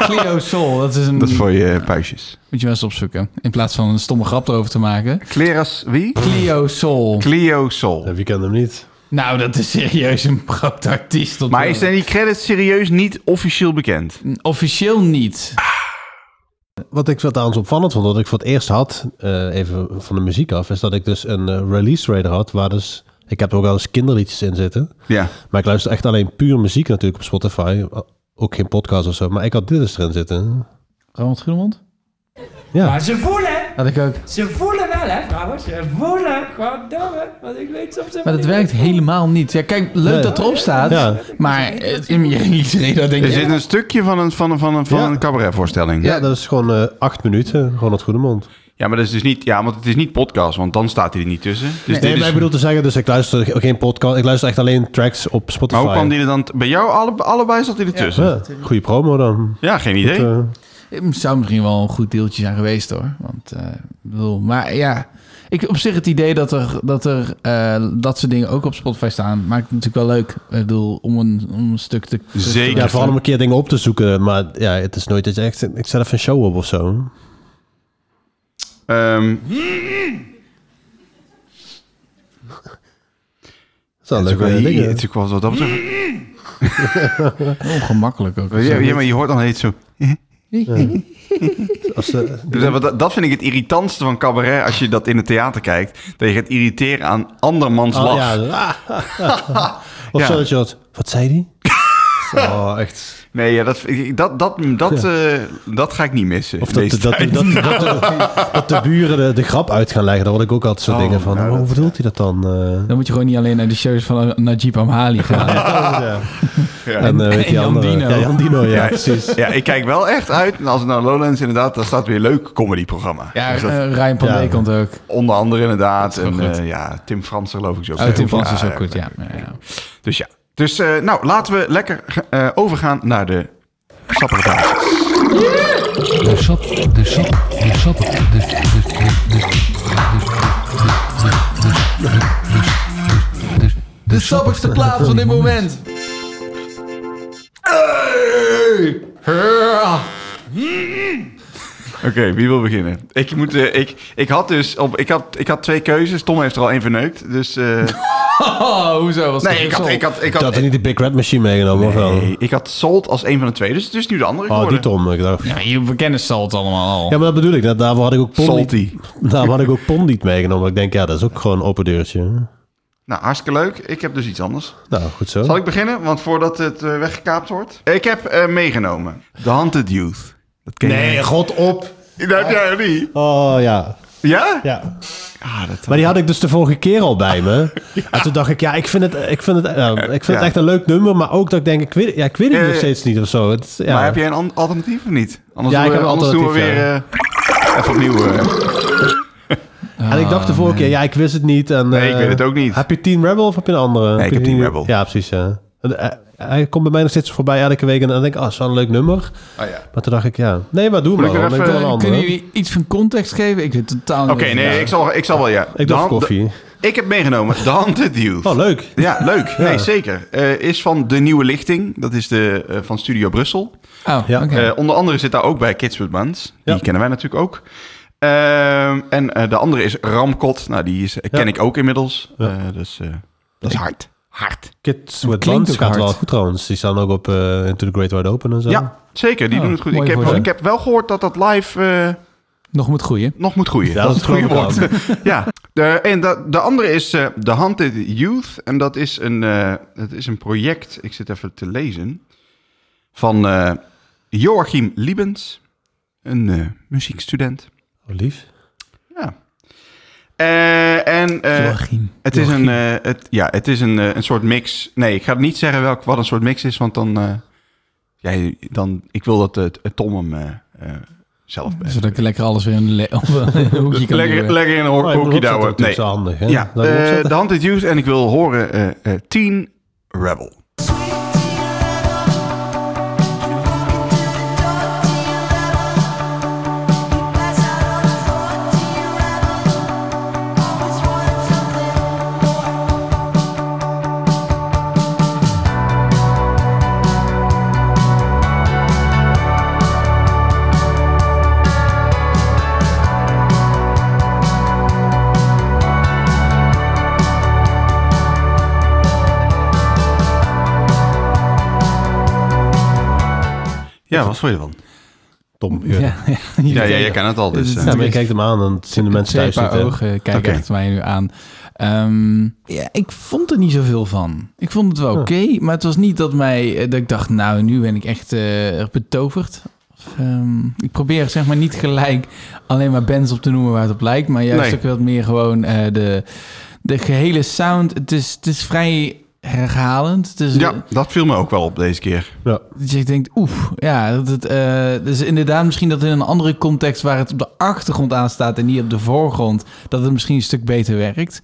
Speaker 1: Cleo Sol, dat is een.
Speaker 2: Dat is voor je eh, puistjes.
Speaker 1: Moet je wel eens opzoeken. In plaats van een stomme grap erover te maken.
Speaker 2: Cleras wie?
Speaker 1: Cleo Sol.
Speaker 2: Clio Soul.
Speaker 3: Wie kent hem niet?
Speaker 1: Nou, dat is serieus een groot artiest. tot
Speaker 2: Maar
Speaker 1: wel.
Speaker 2: is zijn die credits serieus niet officieel bekend?
Speaker 1: Officieel niet.
Speaker 3: Wat ik wat aan opvallend vond, wat ik voor het eerst had, eh, even van de muziek af, is dat ik dus een eh, release radar had, waar dus... Ik heb er ook wel eens kinderliedjes in zitten.
Speaker 2: Ja.
Speaker 3: Maar ik luister echt alleen puur muziek natuurlijk op Spotify. eh, Ook geen podcast of zo. Maar ik had dit dus erin zitten.
Speaker 1: Ronald Groenmond?
Speaker 3: Ja.
Speaker 7: Maar ze voelen,
Speaker 1: Had ik ook.
Speaker 7: ze voelen wel hè. trouwens. Voila, goddamme. Want ik weet soms even
Speaker 1: Maar dat
Speaker 7: niet
Speaker 1: werkt
Speaker 7: wat ik voel.
Speaker 1: helemaal niet. Ja, kijk, leuk
Speaker 3: Nee.
Speaker 1: dat erop staat.
Speaker 3: Ja.
Speaker 1: Maar eh, in je liedreden denk
Speaker 2: Er
Speaker 1: je...
Speaker 2: zit een stukje van een, van een, van een, van
Speaker 3: Ja.
Speaker 2: een cabaretvoorstelling.
Speaker 3: Ja, dat is gewoon eh, acht minuten. Ronald Goedemond.
Speaker 2: Ja, maar dat is dus niet. Ja, want het is niet podcast, want dan staat hij er niet tussen. Dus dit
Speaker 3: Nee, maar
Speaker 2: is,
Speaker 3: ik bedoel te zeggen, dus ik luister ge- geen podcast. Ik luister echt alleen tracks op
Speaker 2: maar
Speaker 3: Spotify.
Speaker 2: hoe kwam die er dan? t- Bij jou alle, allebei zat hij er tussen. Ja,
Speaker 3: Ja, goede promo dan.
Speaker 2: geen idee.
Speaker 3: Eh,
Speaker 1: Het zou misschien wel een goed deeltje zijn geweest hoor. Want, eh, ik bedoel, maar ja, ik, op zich het idee dat er, dat, er eh, dat soort dingen ook op Spotify staan, maakt het natuurlijk wel leuk. Ik bedoel, om een, om een stuk te...
Speaker 2: Zeker.
Speaker 3: ja, vooral om een keer dingen op te zoeken. Maar ja, het is nooit dat je echt... Ik zet even een show op of zo. eh,
Speaker 2: Ehm,
Speaker 3: Dat
Speaker 2: het, is
Speaker 3: is wel leuk.
Speaker 2: ook wel,
Speaker 3: leuke
Speaker 2: hier-
Speaker 3: dingen.
Speaker 2: het is ook wel wat dat betreft.
Speaker 1: Ongemakkelijk ook.
Speaker 2: Ja, ja, maar je hoort dan heet zo.
Speaker 3: Als, eh,
Speaker 2: Dus dat- dat, dat vind ik het irritantste van cabaret als je dat in het theater kijkt. Dat je gaat irriteren aan andermans
Speaker 3: ah,
Speaker 2: lach.
Speaker 3: ja, ah. of
Speaker 2: Ja.
Speaker 3: zo dat je wat... Wat zei die? Oh, echt.
Speaker 2: Nee, ja, dat, ik- dat, dat, dat, eh, dat ga ik niet missen.
Speaker 3: Of dat,
Speaker 2: deze
Speaker 3: dat, dat,
Speaker 2: tijd.
Speaker 3: dat, dat- dat de buren de, de grap uit gaan leggen. Daar word ik ook altijd zo
Speaker 2: Oh,
Speaker 3: dingen van.
Speaker 2: nou,
Speaker 3: hoe
Speaker 2: dat-
Speaker 3: bedoelt hij dat dan? eh?
Speaker 1: Dan moet je gewoon niet alleen naar de shows van eh, Najib Amhali gaan.
Speaker 3: oh, ja.
Speaker 2: Ja.
Speaker 3: En, eh, weet
Speaker 1: en
Speaker 3: die
Speaker 1: Jan
Speaker 3: andere.
Speaker 1: Dino.
Speaker 3: Ja, Jan Dino, ja,
Speaker 2: Ja.
Speaker 3: precies.
Speaker 2: Ja, ik kijk wel echt uit. En als het nou Lowlands inderdaad, dan staat weer een leuk comedyprogramma.
Speaker 1: Ja,
Speaker 2: Dus dat-
Speaker 1: eh, Ryan Pandey
Speaker 3: Ja.
Speaker 1: komt ook.
Speaker 2: onder andere inderdaad.
Speaker 1: is wel
Speaker 2: En
Speaker 1: goed.
Speaker 2: eh, ja, Tim Fransen geloof ik zo.
Speaker 1: Oh, Tim Frans is ook goed, ja.
Speaker 2: Dus ja. Dus eh, nou, laten we lekker eh, overgaan naar de sappige basis.
Speaker 8: De sap, de sap, de sap, de, de, de, de, de, de, de, de, de, de, de, de,
Speaker 1: De sappigste plaats van dit moment.
Speaker 2: Oké, wie wil beginnen? Ik, moet, eh, ik, ik had dus op, ik had, ik had twee keuzes. Tom heeft er al één verneukt. Dus eh,
Speaker 1: Oh, hoezo? Was
Speaker 2: nee,
Speaker 1: dat
Speaker 2: ik had,
Speaker 1: zo?
Speaker 2: ik had, ik
Speaker 3: Dat
Speaker 2: had,
Speaker 3: had hij niet de Big Red Machine meegenomen, of wel?
Speaker 2: nee, ik had Salt als één van de twee. Dus het is nu de andere
Speaker 3: Oh, die
Speaker 2: geworden.
Speaker 3: Tom. Ik dacht,
Speaker 1: Ja, je bekende salt allemaal al.
Speaker 3: Ja, maar dat bedoel ik. Dat, daarvoor had ik ook Pond
Speaker 2: Salty.
Speaker 3: daarvoor had ik ook Pondit meegenomen. Ik denk, ja, dat is ook gewoon een open deurtje.
Speaker 2: Nou, hartstikke leuk. Ik heb dus iets anders.
Speaker 3: Nou, goed zo.
Speaker 2: Zal ik beginnen? Want voordat het eh, weggekaapt wordt. Ik heb eh, meegenomen. The Haunted Youth. Dat ken je.
Speaker 3: Nee, god op.
Speaker 2: Dat heb jij niet.
Speaker 3: Oh, ja.
Speaker 2: Ja?
Speaker 3: ja.
Speaker 2: Ah, dat
Speaker 3: Maar die had ik dus de vorige keer al bij me. En toen dacht ik, ja, ik vind het, ik vind het, eh, ik vind
Speaker 2: Ja.
Speaker 3: het echt een leuk nummer. Maar ook dat ik denk, ik weet, ja, ik weet het
Speaker 2: Ja,
Speaker 3: nog
Speaker 2: ja.
Speaker 3: steeds niet of zo. Het, ja.
Speaker 2: Maar heb jij een an- alternatief of niet? Anders,
Speaker 3: Ja,
Speaker 2: doen,
Speaker 3: ik
Speaker 2: we,
Speaker 3: heb een
Speaker 2: anders doen we weer
Speaker 3: alternatief,
Speaker 2: eh, even opnieuw. eh.
Speaker 3: En ik dacht de vorige keer, ja, ik wist het niet. En,
Speaker 2: Ah, Nee, ik
Speaker 3: eh,
Speaker 2: weet het ook niet.
Speaker 3: Heb je Team Rebel of heb je een andere? Heb
Speaker 2: ik
Speaker 3: je
Speaker 2: heb
Speaker 3: die-
Speaker 2: Team Rebel.
Speaker 3: Ja, precies, ja. En, eh, hij komt bij mij nog steeds voorbij elke week. En dan denk ik, ah, is wel een leuk nummer.
Speaker 2: Ah, ja.
Speaker 3: Maar toen dacht ik, ja, nee, maar doe
Speaker 2: Moet ik
Speaker 3: maar.
Speaker 2: er
Speaker 3: dan
Speaker 2: even-
Speaker 3: denk ik wel een
Speaker 2: Kunnen
Speaker 3: andere.
Speaker 1: Kunnen jullie iets van context geven? Ik weet totaal niet.
Speaker 2: Oké, nee, ik, zal, ik zal wel, ja.
Speaker 3: Ik
Speaker 2: The
Speaker 3: dacht
Speaker 2: Haunt-
Speaker 3: koffie.
Speaker 2: de- ik heb meegenomen The Haunted Youth.
Speaker 3: Oh, leuk.
Speaker 2: Ja, leuk. Nee, zeker. Eh, is van De Nieuwe Lichting. Dat is de, eh, van Studio Brussel.
Speaker 1: Oh,
Speaker 3: Ja.
Speaker 1: oké.
Speaker 2: Eh, onder andere zit daar ook bij Kids with Buns. Die
Speaker 3: Ja.
Speaker 2: kennen wij natuurlijk ook. Ehm, en eh, de andere is Ramkot. Nou, die is, ken ik ook inmiddels. Eh, dus eh, dat is hard. Hard.
Speaker 3: Kids with
Speaker 1: Klinkt
Speaker 3: Buns
Speaker 1: ook
Speaker 3: gaat
Speaker 1: hard.
Speaker 3: wel goed trouwens. Die staan ook op eh, Into the Great Wide Open en zo.
Speaker 2: Ja, zeker. Die
Speaker 1: Oh,
Speaker 3: Ah,
Speaker 2: doen het goed. Ik
Speaker 1: mooi
Speaker 2: heb,
Speaker 1: voorzet.
Speaker 2: ik heb wel gehoord dat dat live eh,
Speaker 1: Nog moet groeien.
Speaker 2: nog moet groeien.
Speaker 3: Ja,
Speaker 2: dat is
Speaker 3: dat
Speaker 2: het goede
Speaker 3: geloof ik
Speaker 2: woord. ja. De, en de, de andere is eh The Haunted Youth. En dat is, een, eh, dat is een project, ik zit even te lezen, van eh, Joachim Liebens, een eh, muziekstudent.
Speaker 3: Oh, lief.
Speaker 2: Ja. Eh, en eh,
Speaker 1: Joachim.
Speaker 2: het is, een, eh, het, ja, het is een, eh, een soort mix. Nee, ik ga niet zeggen welk, wat een soort mix is, want dan... eh, jij, dan ik wil dat eh, Tom hem eh, eh, zelf...
Speaker 1: Zodat ik lekker alles weer in de le- op een hoekje kan
Speaker 2: lekker,
Speaker 1: duwen.
Speaker 2: lekker in een
Speaker 3: Oh,
Speaker 2: ho-
Speaker 3: ik
Speaker 2: hoekje
Speaker 3: bedoel, dat
Speaker 2: douwen.
Speaker 3: is natuurlijk
Speaker 2: Nee.
Speaker 3: zo handig, hè?
Speaker 2: Ja,
Speaker 3: Zou ik hem
Speaker 2: eh,
Speaker 3: opzetten?
Speaker 2: de hand is used en ik wil horen eh eh, Teen Rebel. Ja, wat vond je van?
Speaker 3: Tom.
Speaker 1: Ja,
Speaker 3: Ja.
Speaker 1: ja,
Speaker 2: Ja, ja, jij kent het al. Dus, eh.
Speaker 3: Ja, maar je kijkt hem aan en het zien de mensen
Speaker 1: Twee
Speaker 3: thuis niet.
Speaker 1: paar
Speaker 3: hè?
Speaker 1: ogen kijken
Speaker 2: Oké.
Speaker 1: echt mij nu aan. Ehm, ja, ik vond er niet zoveel van. Ik vond het wel oké, maar het was niet dat, mij, eh, dat ik dacht, nou, nu ben ik echt eh, betoverd. Of Ehm, ik probeer zeg maar niet gelijk alleen maar bands op te noemen waar het op lijkt, maar juist
Speaker 2: Nee.
Speaker 1: ook wat meer gewoon eh, de, de gehele sound. Het is, het is vrij herhalend. Het is,
Speaker 2: Ja, dat viel me ook wel op deze keer.
Speaker 3: Ja.
Speaker 1: Dat je denkt, oef, ja, dat het, eh, dus inderdaad misschien dat in een andere context waar het op de achtergrond aan staat en niet op de voorgrond, dat het misschien een stuk beter werkt.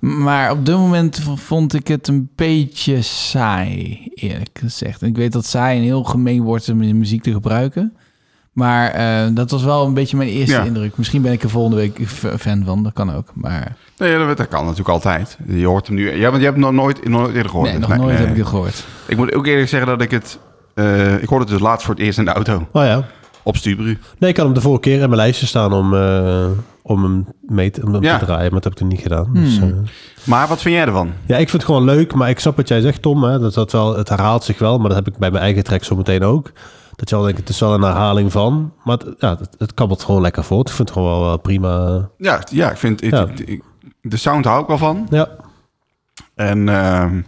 Speaker 1: Maar op dit moment v- vond ik het een beetje saai, eerlijk gezegd. En ik weet dat saai een heel gemeen woord is om in muziek te gebruiken. Maar eh, dat was wel een beetje mijn eerste
Speaker 2: Ja.
Speaker 1: indruk. Misschien ben ik er volgende week f- fan van, dat kan ook. Maar
Speaker 2: Nee, dat, dat kan natuurlijk altijd. Je hoort hem nu. Ja, want je hebt hem nog nooit, nog nooit eerder gehoord.
Speaker 1: nee,
Speaker 2: Dus
Speaker 1: nog nooit heb ik het gehoord.
Speaker 2: Ik moet ook eerlijk zeggen dat ik het... eh, ik hoorde het dus laatst voor het eerst in de auto.
Speaker 3: Oh ja.
Speaker 2: Op Stubru.
Speaker 3: Nee, ik had hem de vorige keer in mijn lijstje staan om, eh, om hem mee te, om hem
Speaker 2: Ja.
Speaker 3: te draaien, maar dat heb ik toen niet gedaan. Dus,
Speaker 1: Hmm.
Speaker 3: eh,
Speaker 2: Maar wat vind jij ervan?
Speaker 3: ja, ik vind het gewoon leuk, maar ik snap wat jij zegt, Tom. Hè, dat dat wel, het herhaalt zich wel, maar dat heb ik bij mijn eigen track zo meteen ook. Dat je al denkt, het is wel een herhaling van. Maar het, ja, het, het kabbelt gewoon lekker voort. Ik vind het gewoon wel, wel prima. eh,
Speaker 2: Ja, ja ik vind... het-
Speaker 3: Ja.
Speaker 2: ik- de sound hou ik wel van.
Speaker 3: Ja,
Speaker 2: En ehm,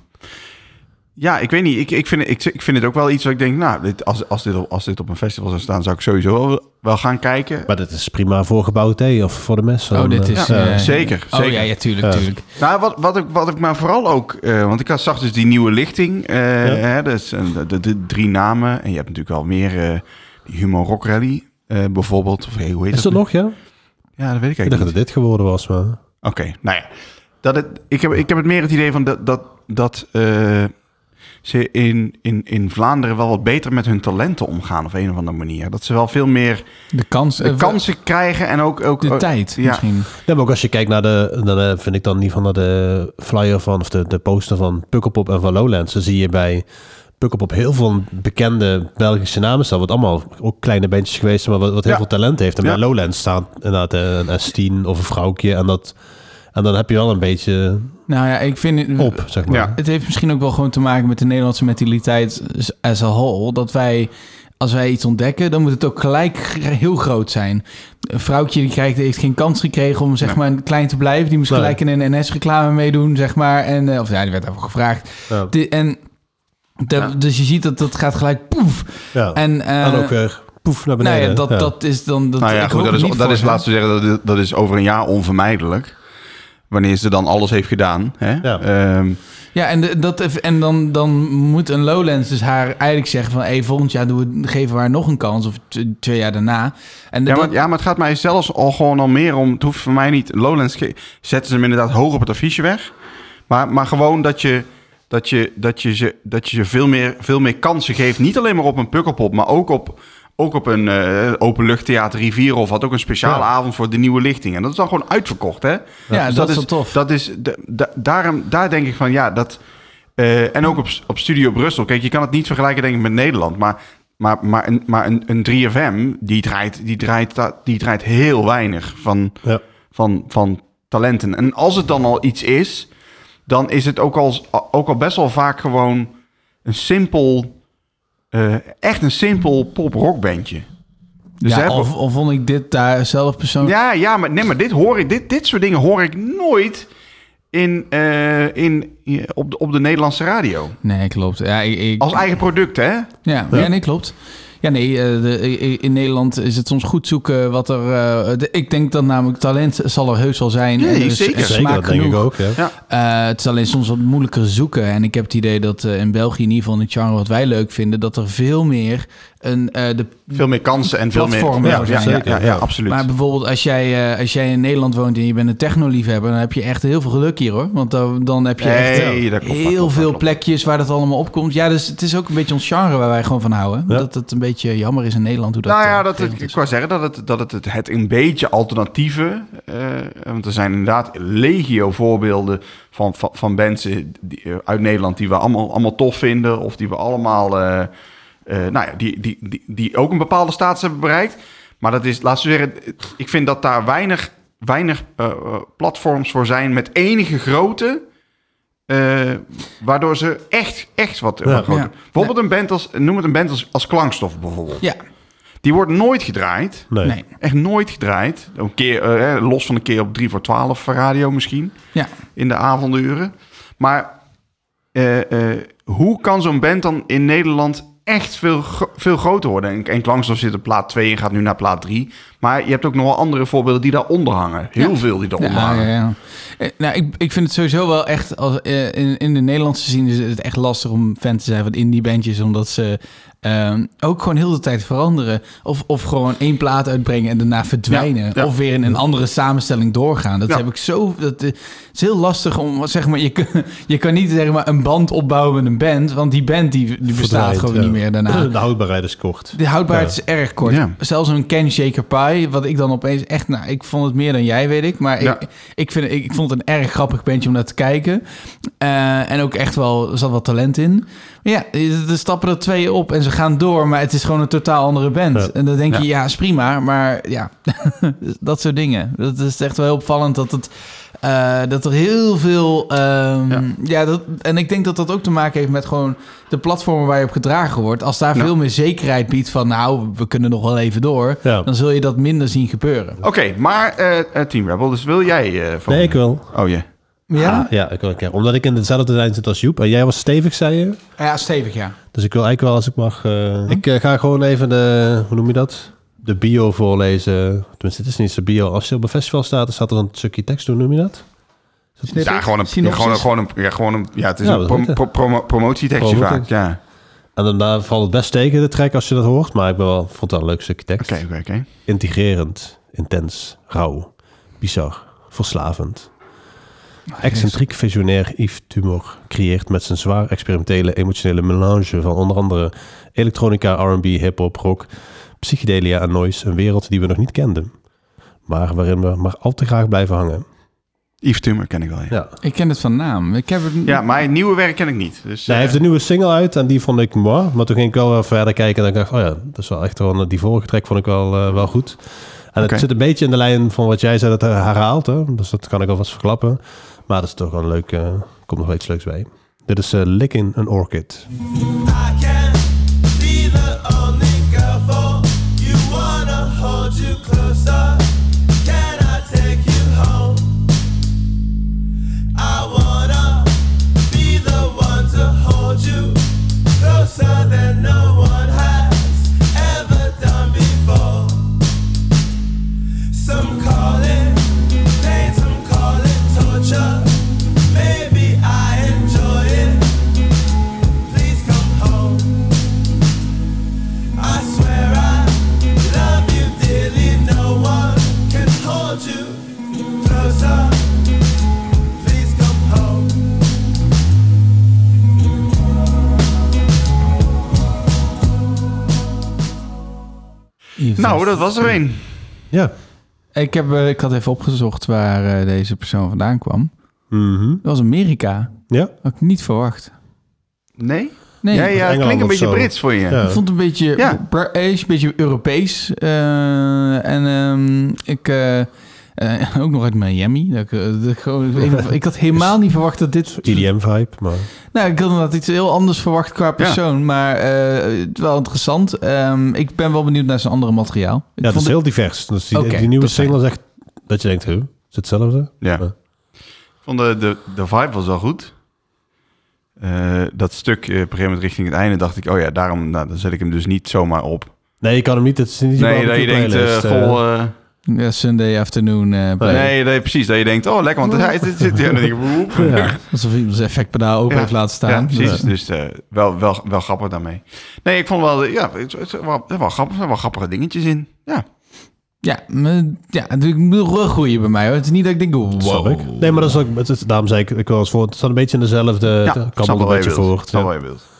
Speaker 2: ja, ik weet niet. Ik, ik, vind, ik, ik vind het ook wel iets dat ik denk... Nou, dit, als, als, dit op, als dit op een festival zou staan... zou ik sowieso wel, wel gaan kijken.
Speaker 3: maar dat is prima voor gebouw thee of voor de mes.
Speaker 1: Oh,
Speaker 3: Dan,
Speaker 1: dit
Speaker 3: eh,
Speaker 1: is...
Speaker 2: Ja,
Speaker 1: eh,
Speaker 2: zeker,
Speaker 1: Oh
Speaker 2: zeker.
Speaker 1: ja, ja, tuurlijk,
Speaker 3: Ja.
Speaker 1: tuurlijk.
Speaker 2: Nou, wat, wat, ik, wat ik maar vooral ook... eh, want ik had, zag dus die nieuwe lichting. eh,
Speaker 3: Ja.
Speaker 2: hè, dus, eh, de, de, de drie namen. En je hebt natuurlijk al meer... eh, die Human Rock Rally eh, bijvoorbeeld. Of, hey, hoe heet
Speaker 3: Is dat
Speaker 2: nu?
Speaker 3: nog, ja?
Speaker 2: Ja, dat weet ik
Speaker 3: Ik
Speaker 2: eigenlijk
Speaker 3: dacht
Speaker 2: niet.
Speaker 3: dat dit geworden was, maar...
Speaker 2: Oké, nou ja. Dat het, ik, heb, ik heb het meer het idee van dat, dat, dat eh, ze in, in, in Vlaanderen wel wat beter met hun talenten omgaan op een of andere manier. Dat ze wel veel meer
Speaker 1: De kans...
Speaker 2: eh, kansen krijgen en ook... ook
Speaker 1: De
Speaker 2: ook-
Speaker 1: tijd,
Speaker 2: Oh, ja.
Speaker 1: misschien.
Speaker 3: Ja, maar ook als je kijkt naar de, naar de- vind ik dan in ieder geval naar de flyer van, of de, de poster van Pukkelpop en van Lowlands, dan zie je bij Pukkelpop heel veel bekende Belgische namen staan, wat allemaal ook kleine bandjes geweest zijn, maar wat, wat heel
Speaker 2: Ja.
Speaker 3: veel talent heeft. En
Speaker 2: Ja.
Speaker 3: bij Lowlands staan inderdaad eh, een S10 of een vrouwtje en dat... En dan heb je wel een beetje
Speaker 1: Nou ja, ik vind... het-
Speaker 3: op, zeg maar.
Speaker 2: Ja.
Speaker 1: Het heeft misschien ook wel gewoon te maken met de Nederlandse mentaliteit as a whole. Dat wij, als wij iets ontdekken, dan moet het ook gelijk g- heel groot zijn. Een vrouwtje die, krijgt, die heeft geen kans gekregen om zeg
Speaker 2: Nee.
Speaker 1: maar klein te blijven. Die moest
Speaker 3: Nee.
Speaker 1: gelijk in een NS-reclame meedoen, zeg maar. En, eh, of ja, die werd daarvoor gevraagd.
Speaker 3: Ja.
Speaker 1: De- en de-
Speaker 2: Ja.
Speaker 1: Dus je ziet dat dat gaat gelijk poef.
Speaker 3: Ja. En,
Speaker 1: En, eh,
Speaker 3: ook weer poef naar
Speaker 1: nou
Speaker 3: beneden.
Speaker 1: ja, dat,
Speaker 3: Ja.
Speaker 1: dat is dan... Dat,
Speaker 2: Nou ja,
Speaker 1: ik
Speaker 2: goed,
Speaker 1: hoop
Speaker 2: dat is,
Speaker 1: het niet
Speaker 2: dat
Speaker 1: voor
Speaker 2: is
Speaker 1: ze.
Speaker 2: laten we zeggen, dat, dat is over een jaar onvermijdelijk. Wanneer ze dan alles heeft gedaan. Hè?
Speaker 3: Ja.
Speaker 2: Ehm,
Speaker 1: Ja, en, de- dat, en dan, dan moet een Lowlands dus haar eigenlijk zeggen van... hey, volgend jaar doen we, geven we haar nog een kans, of t- twee jaar daarna. En
Speaker 2: Ja
Speaker 1: dat-
Speaker 2: maar, ja, maar het gaat mij zelfs al gewoon al meer om. Het hoeft voor mij niet. Lowlands ge- zetten ze hem inderdaad hoog op het affiche weg. Maar, maar gewoon dat je, dat je, dat je ze, dat je ze veel, meer, veel meer kansen geeft. Niet alleen maar op een pukkelpop, maar ook op, ook op een eh openluchttheater Rivierenhof. Had ook een speciale
Speaker 3: Ja.
Speaker 2: avond voor de nieuwe lichting. En dat is dan gewoon uitverkocht, hè? Dus
Speaker 1: Ja, dat is wel tof.
Speaker 2: Dat is, da- da- daarom, daar denk ik van, ja, dat... eh, en ook op, op Studio Brussel. Kijk, je kan het niet vergelijken denk ik met Nederland, maar... Maar, maar, een, maar een, een 3FM, die draait, die, draait, da- die draait heel weinig van,
Speaker 3: Ja.
Speaker 2: van, van talenten. En als het dan al iets is, dan is het ook al, ook al best wel vaak gewoon een simpel... eh, echt een simpel pop-rockbandje. Dus
Speaker 1: ja,
Speaker 2: ze hebben-
Speaker 1: of, of vond ik dit daar zelf persoonlijk...
Speaker 2: ja, ja, maar, nee, maar dit, hoor ik, dit, dit soort dingen hoor ik nooit in, eh, in, eh, op, de, op de Nederlandse radio.
Speaker 1: Nee, klopt. Ja, ik, ik-
Speaker 2: Als eigen product, hè?
Speaker 1: ja, ja. nee, klopt. Ja, nee, eh, de- i- i- in Nederland is het soms goed zoeken wat er... eh, de- ik denk dat namelijk talent zal er heus wel zijn.
Speaker 2: Nee,
Speaker 1: en er is
Speaker 2: zeker.
Speaker 1: er
Speaker 3: Zeker,
Speaker 1: smaak
Speaker 3: dat denk ik
Speaker 1: genoeg.
Speaker 3: ook. Ja.
Speaker 2: Ja.
Speaker 1: Eh, het is alleen soms wat moeilijker zoeken. En ik heb het idee dat eh, in België, in ieder geval in het genre wat wij leuk vinden, dat er veel meer een, eh, de
Speaker 2: Veel meer kansen en veel
Speaker 1: Platformen,
Speaker 2: meer... Ja,
Speaker 1: ja,
Speaker 2: ja, ja,
Speaker 3: zeker,
Speaker 2: ja,
Speaker 3: ja.
Speaker 2: absoluut.
Speaker 1: Maar bijvoorbeeld als jij, eh, als jij in Nederland woont en je bent een technoliefhebber... dan heb je echt heel veel geluk hier, hoor. Want dan, dan heb je echt
Speaker 2: Nee,
Speaker 1: eh,
Speaker 2: dat klopt,
Speaker 1: heel
Speaker 2: dat klopt, dat
Speaker 1: veel
Speaker 2: klopt.
Speaker 1: plekjes waar dat allemaal opkomt. Ja, dus het is ook een beetje ons genre waar wij gewoon van houden.
Speaker 3: Ja.
Speaker 1: Dat het een beetje jammer is in Nederland hoe dat...
Speaker 2: nou ja,
Speaker 1: eh,
Speaker 2: dat het,
Speaker 1: geregeld
Speaker 2: ik
Speaker 1: is.
Speaker 2: wou zeggen dat het, dat het, het, het een beetje alternatieve... eh, want er zijn inderdaad legio voorbeelden van, van, van mensen die, eh, uit Nederland... die we allemaal, allemaal tof vinden of die we allemaal... eh, eh, nou ja, die, die, die, die ook een bepaalde status hebben bereikt. Maar dat is, laten we zeggen... Ik vind dat daar weinig, weinig eh, eh, platforms voor zijn met enige grootte... eh, waardoor ze echt, echt wat, wat groter-
Speaker 1: Ja.
Speaker 2: Bijvoorbeeld een band als... Noem het een band als, als Klankstof bijvoorbeeld.
Speaker 1: Ja,
Speaker 2: Die wordt nooit gedraaid.
Speaker 3: Nee.
Speaker 1: nee.
Speaker 2: Echt nooit gedraaid. Een keer, eh, eh, los van een keer op 3 voor 12 voor radio misschien.
Speaker 1: Ja.
Speaker 2: In de avonduren. Maar eh, eh, hoe kan zo'n band dan in Nederland echt veel, gro- veel groter worden. En, en Klangsdorf zit op plaat 2 en gaat nu naar plaat 3. Maar je hebt ook nog wel andere voorbeelden die daaronder hangen. Heel
Speaker 1: Ja.
Speaker 2: veel die daaronder
Speaker 1: Ja, ja,
Speaker 2: hangen.
Speaker 1: ja. Eh, nou, ik, ik vind het sowieso wel echt, als, eh, in, in de Nederlandse scene is het echt lastig om fan te zijn van indie bandjes, omdat ze ehm, ook gewoon heel de tijd veranderen. Of, of gewoon één plaat uitbrengen en daarna verdwijnen.
Speaker 2: Ja, ja.
Speaker 1: Of weer in een andere samenstelling doorgaan. Dat
Speaker 2: Ja.
Speaker 1: heb ik zo, dat eh, het is heel lastig om, zeg maar, je, kun- je kan niet zeg maar een band opbouwen met een band, want die band die, die bestaat
Speaker 3: Verdwijnt,
Speaker 1: gewoon
Speaker 3: ja.
Speaker 1: niet meer daarna.
Speaker 3: De houdbaarheid is kort.
Speaker 1: De houdbaarheid is erg kort.
Speaker 2: Eh, Ja.
Speaker 1: Zelfs een Ken Shaker Pie, wat ik dan opeens echt... Nou, ik vond het meer dan jij, weet ik. Maar
Speaker 2: Ja.
Speaker 1: ik, ik, vind, ik, ik vond het een erg grappig bandje om naar te kijken. Eh, en ook echt wel, er zat wat talent in. Maar ja, er stappen er twee op en ze gaan door. Maar het is gewoon een totaal andere band.
Speaker 3: Ja.
Speaker 1: En dan denk je,
Speaker 2: Ja.
Speaker 1: ja, is prima. Maar ja, dat soort dingen. Dat is echt wel heel opvallend dat het... eh, dat er heel veel... ehm,
Speaker 2: Ja.
Speaker 1: ja. dat, en ik denk dat dat ook te maken heeft met gewoon de platformen waar je op gedragen wordt. Als daar
Speaker 2: Ja.
Speaker 1: veel meer zekerheid biedt van... nou, we kunnen nog wel even door.
Speaker 3: Ja.
Speaker 1: Dan zul je dat minder zien gebeuren.
Speaker 2: Oké, maar eh eh, Team Rebel, dus wil jij eh, van...
Speaker 3: Nee, ik wel.
Speaker 2: Oh ja.
Speaker 1: Ja?
Speaker 3: Ah, Ja, ik wil een keer. Omdat ik in dezelfde lijn zit als Joep. En jij was stevig, zei je.
Speaker 1: Ja, stevig, ja.
Speaker 3: Dus ik wil eigenlijk wel, als ik mag... eh, ik eh, ga gewoon even de... Hoe noem je dat? De bio voorlezen. Tenminste, het is niet de bio. Als je op een festival staat, dan staat er een stukje tekst. Hoe noem je dat?
Speaker 2: Ja, gewoon een, ja, gewoon, een- gewoon een, ja, gewoon een, ja, het is
Speaker 3: Ja,
Speaker 2: een
Speaker 3: dat
Speaker 2: prom-
Speaker 3: moet, hè.
Speaker 2: pro- promo- promotietekstje
Speaker 3: Promotie.
Speaker 2: vaak, ja.
Speaker 3: En daarna valt het best tegen de track als je dat hoort. Maar ik ben wel, vond het wel een leuk stukje tekst.
Speaker 2: Oké, oké, oké.
Speaker 3: Integrerend, intens, rauw, bizar, verslavend. Excentriek visionair Yves Tumor creëert met zijn zwaar experimentele emotionele melange van onder andere elektronica, R&B, hip-hop, rock, psychedelia en noise een wereld die we nog niet kenden, maar waarin we maar al te graag blijven hangen.
Speaker 2: Yves Tumor ken ik wel, ja.
Speaker 3: Ja.
Speaker 1: Ik ken het van naam. Ik heb het...
Speaker 2: Ja, maar het nieuwe werk ken ik niet. Dus,
Speaker 3: Nou,
Speaker 2: eh,
Speaker 3: hij heeft een nieuwe single uit en die vond ik mooi. Maar toen ging ik wel weer verder kijken en ik dacht, oh ja, dat is wel echt wel, die vorige track vond ik wel, eh, wel goed. En
Speaker 2: Oké.
Speaker 3: het zit een beetje in de lijn van wat jij zei, dat hij herhaalt. Hè? Dus dat kan ik alvast verklappen. Maar dat is toch wel een leuk, eh, komt nog wel iets leuks bij. Dit is eh, Licking an Orchid.
Speaker 9: I can be the only girl for you. Wanna hold you closer? Can I take you home? I wanna be the one to hold you closer than no one has ever done before. Some call it pain, some call it torture. Maybe I enjoy it. Please come home. I swear I love you dearly. No one can hold you closer. Please come home.
Speaker 2: nou, dat was er een.
Speaker 3: Ja.
Speaker 1: Ik, heb, eh, ik had even opgezocht waar eh, deze persoon vandaan kwam.
Speaker 3: Mhm.
Speaker 1: Dat was Amerika.
Speaker 3: Ja.
Speaker 1: Had ik niet verwacht.
Speaker 2: Nee?
Speaker 1: Nee,
Speaker 2: ja, ja, het
Speaker 3: Engeland
Speaker 2: klinkt een
Speaker 3: of
Speaker 2: beetje
Speaker 3: zo.
Speaker 2: Brits voor je.
Speaker 3: Ja.
Speaker 1: Ik vond het een beetje
Speaker 2: Ja.
Speaker 1: British, een beetje Europees. Eh, en ehm, ik... eh, eh, ook nog uit Miami. Dat ik, eh, dat ik gewoon- ik, weet niet, ik had helemaal niet verwacht dat dit...
Speaker 3: E EDM-vibe, maar...
Speaker 1: Nou, ik had inderdaad iets heel anders verwacht qua persoon. Maar eh, het wel interessant. Ehm, ik ben wel benieuwd naar zijn andere materiaal. Ik
Speaker 3: Ja, het
Speaker 1: vond
Speaker 3: is heel divers. Dus die,
Speaker 1: Oké,
Speaker 3: die nieuwe
Speaker 1: dat is
Speaker 3: single zegt dat je denkt, huh, is het hetzelfde?
Speaker 2: Ja. Ik vond de, de, de vibe was wel goed. Eh, dat stuk eh, op een gegeven moment richting het einde dacht ik... oh ja, daarom nou, dan zet ik hem dus niet zomaar op.
Speaker 3: Nee, je kan hem niet... Het is niet
Speaker 2: Nee, dat je denkt... eh,
Speaker 3: playlist, eh.
Speaker 2: goh, eh,
Speaker 1: ja, Sunday Afternoon. eh play.
Speaker 2: Oh, nee, nee, precies. Dat je denkt, oh, lekker, want hij zit hier. En dan denk ik, woep.
Speaker 3: Ja.
Speaker 1: Alsof iemand zijn effectpedaal open
Speaker 2: Ja.
Speaker 1: heeft laten staan.
Speaker 2: Ja, precies. Dus eh, wel, wel, wel grappig daarmee. Nee, ik vond wel... eh, Ja, het, het, wel, wel grappig, er zijn wel grappige dingetjes in. Ja.
Speaker 1: Ja, maar, ja natuurlijk wel groeien bij mij. Hoor. Het is niet dat ik denk, wow.
Speaker 3: Snap ik. Nee, maar dat is ook, het is- daarom zei ik, ik was voor, het staat een beetje in dezelfde,
Speaker 2: Ja,
Speaker 3: ja,
Speaker 2: ik
Speaker 3: kan
Speaker 2: snap
Speaker 3: wel een
Speaker 2: wel wat
Speaker 3: beetje
Speaker 2: je wilt.
Speaker 3: voort.
Speaker 2: Ik snap
Speaker 3: Ja.
Speaker 2: wel wat je wilt.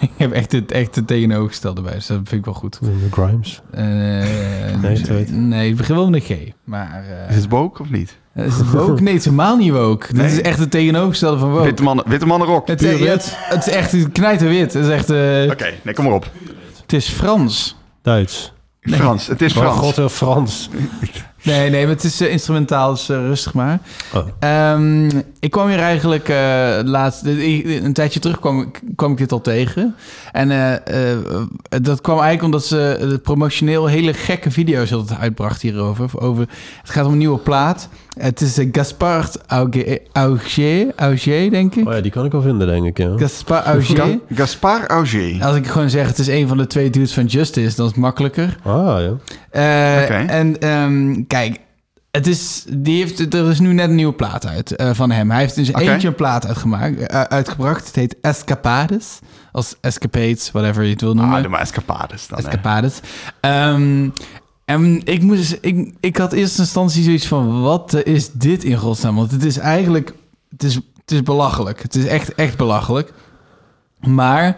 Speaker 1: Ik heb echt het, echt het tegenovergestelde bij. Dus dat vind ik wel goed.
Speaker 3: Grimes.
Speaker 1: Eh,
Speaker 3: Nee, het weet-
Speaker 1: nee, het begint wel met een G. Maar eh,
Speaker 2: Is het woke of niet?
Speaker 1: is het woke? Nee, het is helemaal niet woke.
Speaker 2: Nee.
Speaker 1: Dit is echt het tegenovergestelde van woke.
Speaker 2: Witte mannen, witte mannen rock.
Speaker 1: Het,
Speaker 2: Oké,
Speaker 1: eh, het, het is echt knijterwit. Het is echt... eh,
Speaker 2: nee, kom maar op.
Speaker 1: Het is Frans.
Speaker 3: Duits.
Speaker 2: Frans, het is
Speaker 3: Oh
Speaker 2: Frans.
Speaker 3: god, heel Frans.
Speaker 1: Nee, nee, maar het is eh, instrumentaal, dus eh, rustig maar.
Speaker 3: Oh.
Speaker 1: Ehm, ik kwam hier eigenlijk eh, laatst, ik- een tijdje terug kwam, ik- kwam ik dit al tegen. En eh, eh, dat kwam eigenlijk omdat ze eh, promotioneel hele gekke video's altijd uitbracht hierover. Over, het gaat om een nieuwe plaat. Het is eh, Gaspard Auger, Auger, Auger, denk ik.
Speaker 3: Oh ja, die kan ik wel vinden, denk ik. Ja.
Speaker 1: Gaspard Auger.
Speaker 2: Ga- Gaspar Auger.
Speaker 1: Als ik gewoon zeg, het is een van de twee dudes van Justice, dan is het makkelijker.
Speaker 3: Ah, ja.
Speaker 1: Eh,
Speaker 2: Oké.
Speaker 1: En ehm, kijk, het is, die heeft, er is nu net een nieuwe plaat uit eh, van hem. Hij heeft dus
Speaker 2: Oké.
Speaker 1: eentje een plaat uitgemaakt, eh, uitgebracht. Het heet Escapades. Als escapades, whatever je het wil noemen.
Speaker 2: Ah, de maar escapades dan. hè.
Speaker 1: Escapades. Ehm, en ik, moest, ik, ik had in eerste instantie zoiets van... wat is dit in godsnaam? Want het is eigenlijk... het is, het is belachelijk. Het is echt, echt belachelijk. Maar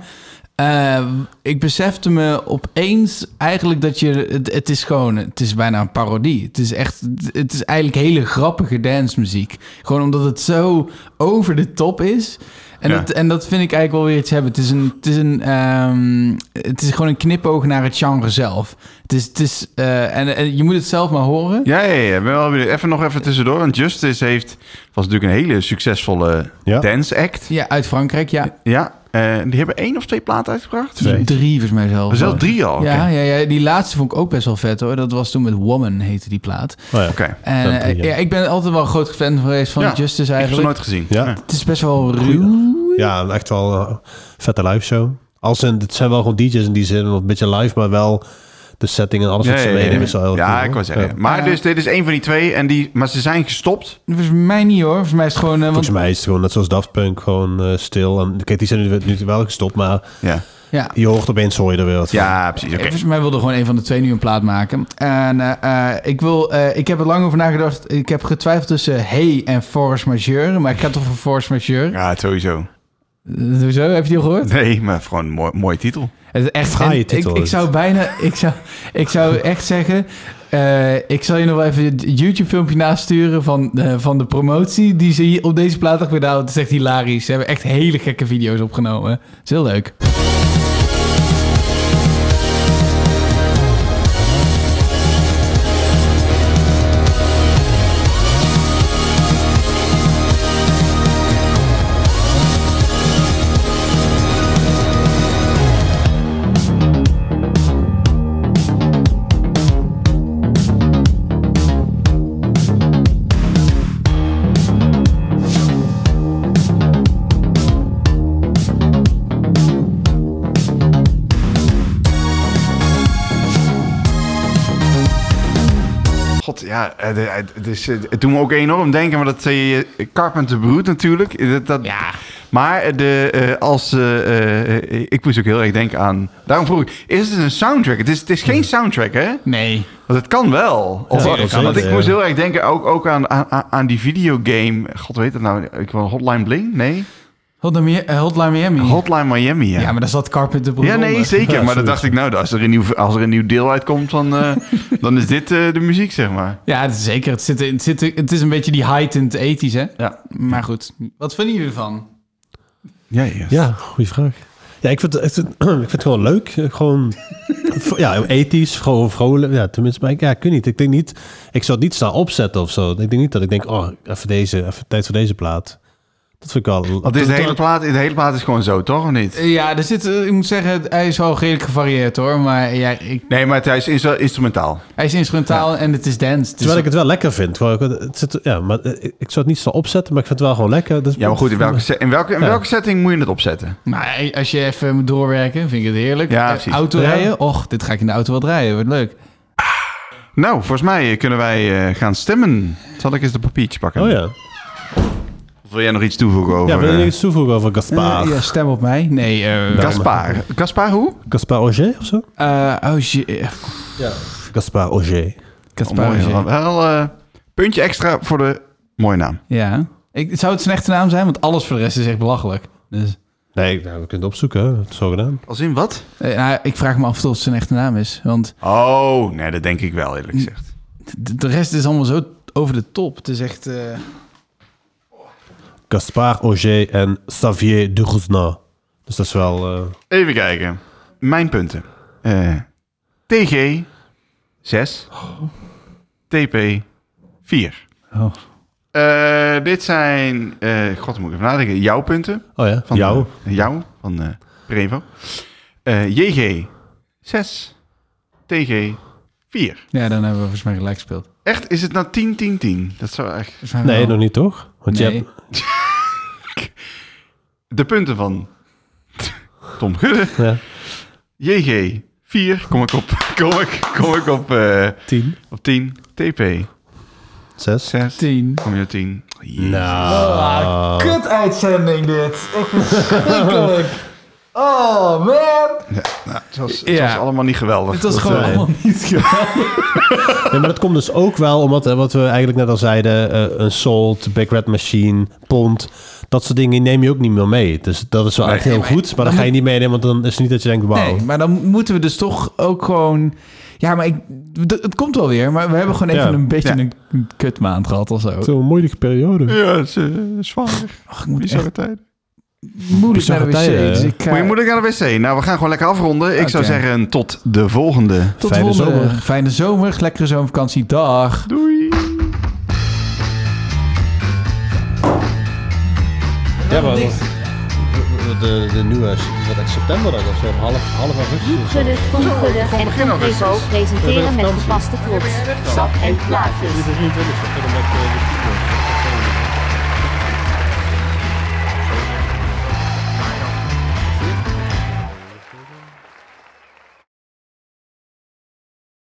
Speaker 1: eh, ik besefte me opeens eigenlijk dat je... Het, het is gewoon... Het is bijna een parodie. Het is echt... Het is eigenlijk hele grappige dancemuziek. Gewoon omdat het zo over de top is. En,
Speaker 2: Ja.
Speaker 1: dat, en dat vind ik eigenlijk wel weer iets hebben. Het is, een, het, is een, ehm, het is gewoon een knipoog naar het genre zelf. Het is... Het is eh, en, en je moet het zelf maar horen.
Speaker 2: Ja, ja, ja. ik Ben wel benieuwd. Even nog even tussendoor. Want Justice heeft, was natuurlijk een hele succesvolle
Speaker 3: Ja.
Speaker 2: dance act.
Speaker 1: Ja, uit Frankrijk, ja.
Speaker 2: Ja. eh, die hebben één of twee platen uitgebracht.
Speaker 3: Twee.
Speaker 1: Drie volgens mij zelf.
Speaker 2: Zelfs drie al. oké.
Speaker 1: Ja, ja, ja, die laatste vond ik ook best wel vet hoor. Dat was toen met Woman, heette die plaat.
Speaker 3: Oh, ja.
Speaker 2: Oké.
Speaker 1: En
Speaker 3: Dat drie,
Speaker 1: eh,
Speaker 3: ja.
Speaker 1: ja, ik ben altijd wel een groot fan geweest van
Speaker 2: Ja,
Speaker 1: Justice
Speaker 2: Ik heb ze
Speaker 1: eigenlijk.
Speaker 2: nooit gezien.
Speaker 3: Ja.
Speaker 1: Het is best wel
Speaker 3: Goeie.
Speaker 1: ruw.
Speaker 3: Ja, echt wel een vette live show. Als in, het zijn wel gewoon DJ's in die zin, een beetje live, maar wel de setting en alles
Speaker 2: Ja,
Speaker 3: wat ze
Speaker 2: ja, ja,
Speaker 3: meedoen
Speaker 2: ja.
Speaker 3: is wel heel
Speaker 2: Ja,
Speaker 3: cool,
Speaker 2: ik
Speaker 3: hoor.
Speaker 2: wou zeggen.
Speaker 3: Ja.
Speaker 2: Maar dus, dit is één van die twee. En die, maar ze zijn gestopt.
Speaker 1: Volgens mij niet hoor. Volgens mij is het gewoon... eh, want,
Speaker 3: Volgens mij is het gewoon net zoals Daft Punk, gewoon eh, stil. En, kijk, die zijn nu, nu wel gestopt, maar
Speaker 2: Ja,
Speaker 1: ja.
Speaker 3: je hoort opeens, hoor je er weer wat van.
Speaker 2: ja precies. Oké.
Speaker 1: Volgens mij wilde gewoon een van de twee nu een plaat maken. En eh, eh, ik, wil, eh, ik heb er lang over nagedacht. Ik heb getwijfeld tussen Hey en Force Majeure. Maar ik ga toch voor Force Majeure.
Speaker 2: Ja, het sowieso.
Speaker 1: Eh, Hoezo? Heb je die al gehoord?
Speaker 2: Nee, maar gewoon een mooi, mooie titel.
Speaker 1: Het is echt
Speaker 3: Fraaie
Speaker 1: en
Speaker 3: titel
Speaker 1: Ik, ik
Speaker 3: is
Speaker 1: zou
Speaker 3: het.
Speaker 1: bijna, ik zou, ik zou echt zeggen. eh, ik zal je nog wel even het YouTube-filmpje nasturen van, eh, van de promotie die ze hier op deze plaat hebben gedaan. Het is echt hilarisch. Ze hebben echt hele gekke video's opgenomen. Het is heel leuk.
Speaker 2: God, ja, het, het, het is, eh, het doet me ook enorm denken, maar dat zei eh, Carpenter Brood natuurlijk. eh, Dat, dat,
Speaker 1: Ja.
Speaker 2: Maar de, eh, als, eh, eh, ik moest ook heel erg denken aan... Daarom vroeg ik, is het een soundtrack? Het is, het is geen soundtrack, hè?
Speaker 1: Nee.
Speaker 2: Want het kan wel. Of,
Speaker 3: tuurlijk kan
Speaker 2: want
Speaker 3: het,
Speaker 2: ik
Speaker 3: ja.
Speaker 2: moest heel erg denken ook, ook aan, aan, aan die videogame. God, weet het nou? Ik wil Hotline Bling? Nee?
Speaker 1: Hotline Mi- eh, Hotline Miami.
Speaker 2: Hotline Miami, ja.
Speaker 1: ja, maar daar zat Carpenter Brood
Speaker 2: Ja, nee,
Speaker 1: onder.
Speaker 2: zeker.
Speaker 3: Ja,
Speaker 2: maar dat
Speaker 3: zoiets.
Speaker 2: dacht ik, nou, als er een nieuw, als er een nieuw deel uitkomt, dan, eh, dan is dit eh, de muziek, zeg maar.
Speaker 1: Ja, dat is zeker. Het, zit, het, zit, het is een beetje die heightened 80s, hè?
Speaker 2: Ja.
Speaker 1: Maar goed, wat vinden jullie ervan?
Speaker 2: Ja, ja.
Speaker 3: Ja, goede vraag. Ja, ik vind, het- ik vind, ik vind het gewoon leuk. Eh, Gewoon, v- ja, ethisch, gewoon vrolijk. Ja, tenminste, maar ik, ja, ik weet niet. Ik denk niet, ik zou het niet snel opzetten of zo. Ik denk niet dat ik denk, oh, even deze, even tijd voor deze plaat. Dat vind ik wel...
Speaker 2: Want is de, hele plaat, de hele plaat is gewoon zo, toch? Of niet?
Speaker 1: Eh, Ja, er zit, eh, ik moet zeggen, hij is wel redelijk gevarieerd, hoor. Maar ja, ik,
Speaker 2: Nee, maar het is, is wel instrumentaal.
Speaker 1: hij is instrumentaal en het is dance. Dus
Speaker 3: Terwijl ik het wel lekker vind. Gewoon, ik- het zit, ja, maar eh, ik ik zou het niet snel opzetten, maar ik vind het wel gewoon lekker. Dat is-
Speaker 2: Ja, maar goed, in welke, se- in welke, in
Speaker 3: Ja.
Speaker 2: welke setting moet je het opzetten?
Speaker 1: Maar als je even moet doorwerken, vind ik het heerlijk.
Speaker 2: Ja,
Speaker 1: Eh,
Speaker 2: precies.
Speaker 1: auto
Speaker 3: Ja.
Speaker 1: rijden? Och, dit ga ik in de auto wel rijden. Wordt leuk.
Speaker 2: Nou, volgens mij eh, kunnen wij eh, gaan stemmen. Zal ik eens de papiertje pakken?
Speaker 3: Oh ja.
Speaker 2: Of wil jij nog iets toevoegen over...
Speaker 3: Ja, wil je
Speaker 2: eh,
Speaker 3: nog iets toevoegen over Gaspar?
Speaker 1: Eh, ja, stem op mij. Nee, eh
Speaker 2: Gaspar. Gaspar hoe?
Speaker 3: Gaspar Auger of zo?
Speaker 1: eh, oh shit.
Speaker 3: Gaspar Auger.
Speaker 2: Oh, mooi. Wel eh, puntje extra voor de mooie naam.
Speaker 1: Ja. Ik, zou het zijn echte naam zijn? Want alles voor de rest is echt belachelijk. Dus,
Speaker 3: Nee, nou, we kunnen het opzoeken. hè. Dat is Zo gedaan.
Speaker 2: Als in wat?
Speaker 1: eh, nou, ik vraag me af of het zijn echte naam is. Want
Speaker 2: Oh, nee, dat denk ik wel, eerlijk gezegd.
Speaker 1: de, de rest is allemaal zo over de top. Het is echt... eh,
Speaker 3: Gaspar Auger en Xavier de Rousna. Dus dat is wel... eh,
Speaker 2: Even kijken. Mijn punten. Eh, TG 6. TP4.
Speaker 1: Oh.
Speaker 2: Eh, dit zijn, eh, god, dan moet ik even nadenken, jouw punten.
Speaker 3: Oh ja, van jou.
Speaker 2: eh, jou, van eh Prevo. Eh, JG 6, TG 4.
Speaker 1: Ja, dan hebben we volgens mij gelijk gespeeld.
Speaker 2: Echt, is het nou 10, 10, 10? Dat zou echt...
Speaker 1: Volgens mij
Speaker 3: Nee,
Speaker 1: wel.
Speaker 3: nog niet toch? Want
Speaker 1: Nee.
Speaker 3: je hebt...
Speaker 2: De punten van Tom Gudde.
Speaker 3: Ja,
Speaker 2: JG 4, kom ik op, kom ik, kom ik op, eh,
Speaker 3: 10,
Speaker 2: op 10. TP
Speaker 3: 6.
Speaker 2: 6,
Speaker 1: Tien.
Speaker 2: kom je op 10.
Speaker 1: Nou.
Speaker 3: Nou.
Speaker 7: Ah, kut uitzending dit. Echt verschrikkelijk. Oh man.
Speaker 2: Nou, Het was, het
Speaker 1: Ja.
Speaker 2: was allemaal niet geweldig.
Speaker 1: Het was
Speaker 2: Dat,
Speaker 1: gewoon
Speaker 2: eh,
Speaker 1: allemaal niet geweldig.
Speaker 3: Ja, maar dat komt dus ook wel omdat, hè, wat we eigenlijk net al zeiden, eh, een Salt, Big Red Machine, Pond, dat soort dingen neem je ook niet meer mee. Dus dat is wel echt heel goed, maar dat ga je niet meenemen, want dan is het niet dat je denkt, wauw.
Speaker 1: Nee, maar dan moeten we dus toch ook gewoon... Ja, maar ik, d- het komt wel weer. Maar we hebben gewoon even
Speaker 3: Ja.
Speaker 1: een beetje
Speaker 2: Ja.
Speaker 1: een kutmaand gehad of zo.
Speaker 3: Zo'n moeilijke periode.
Speaker 2: Ja, het is eh, zwaar.
Speaker 1: Ach, ik moet
Speaker 2: Bizarre
Speaker 1: echt
Speaker 2: tijd.
Speaker 1: moeilijk naar de wc.
Speaker 3: bizarre tijden, hè?
Speaker 1: dus ik ga-
Speaker 2: Maar je moet ook naar de wc. Nou, we gaan gewoon lekker afronden. Ik zou
Speaker 1: Oké.
Speaker 2: zeggen, tot de volgende.
Speaker 1: Tot
Speaker 3: Fijne
Speaker 1: volgende.
Speaker 3: zomer.
Speaker 1: Fijne zomer. Lekkere zomervakantie. Dag.
Speaker 2: Doei.
Speaker 3: Ja, maar dat- de, de nieuwe is wat echt september dan of zo, half, half augustus. of zo.
Speaker 4: Gudde, Tom Gudde en
Speaker 2: begin
Speaker 4: Tom
Speaker 2: augustus.
Speaker 4: Prevo presenteren met gepaste trots. Sap en plaatjes.
Speaker 3: Dit is 23, dat kan hem met, eh, de tiende.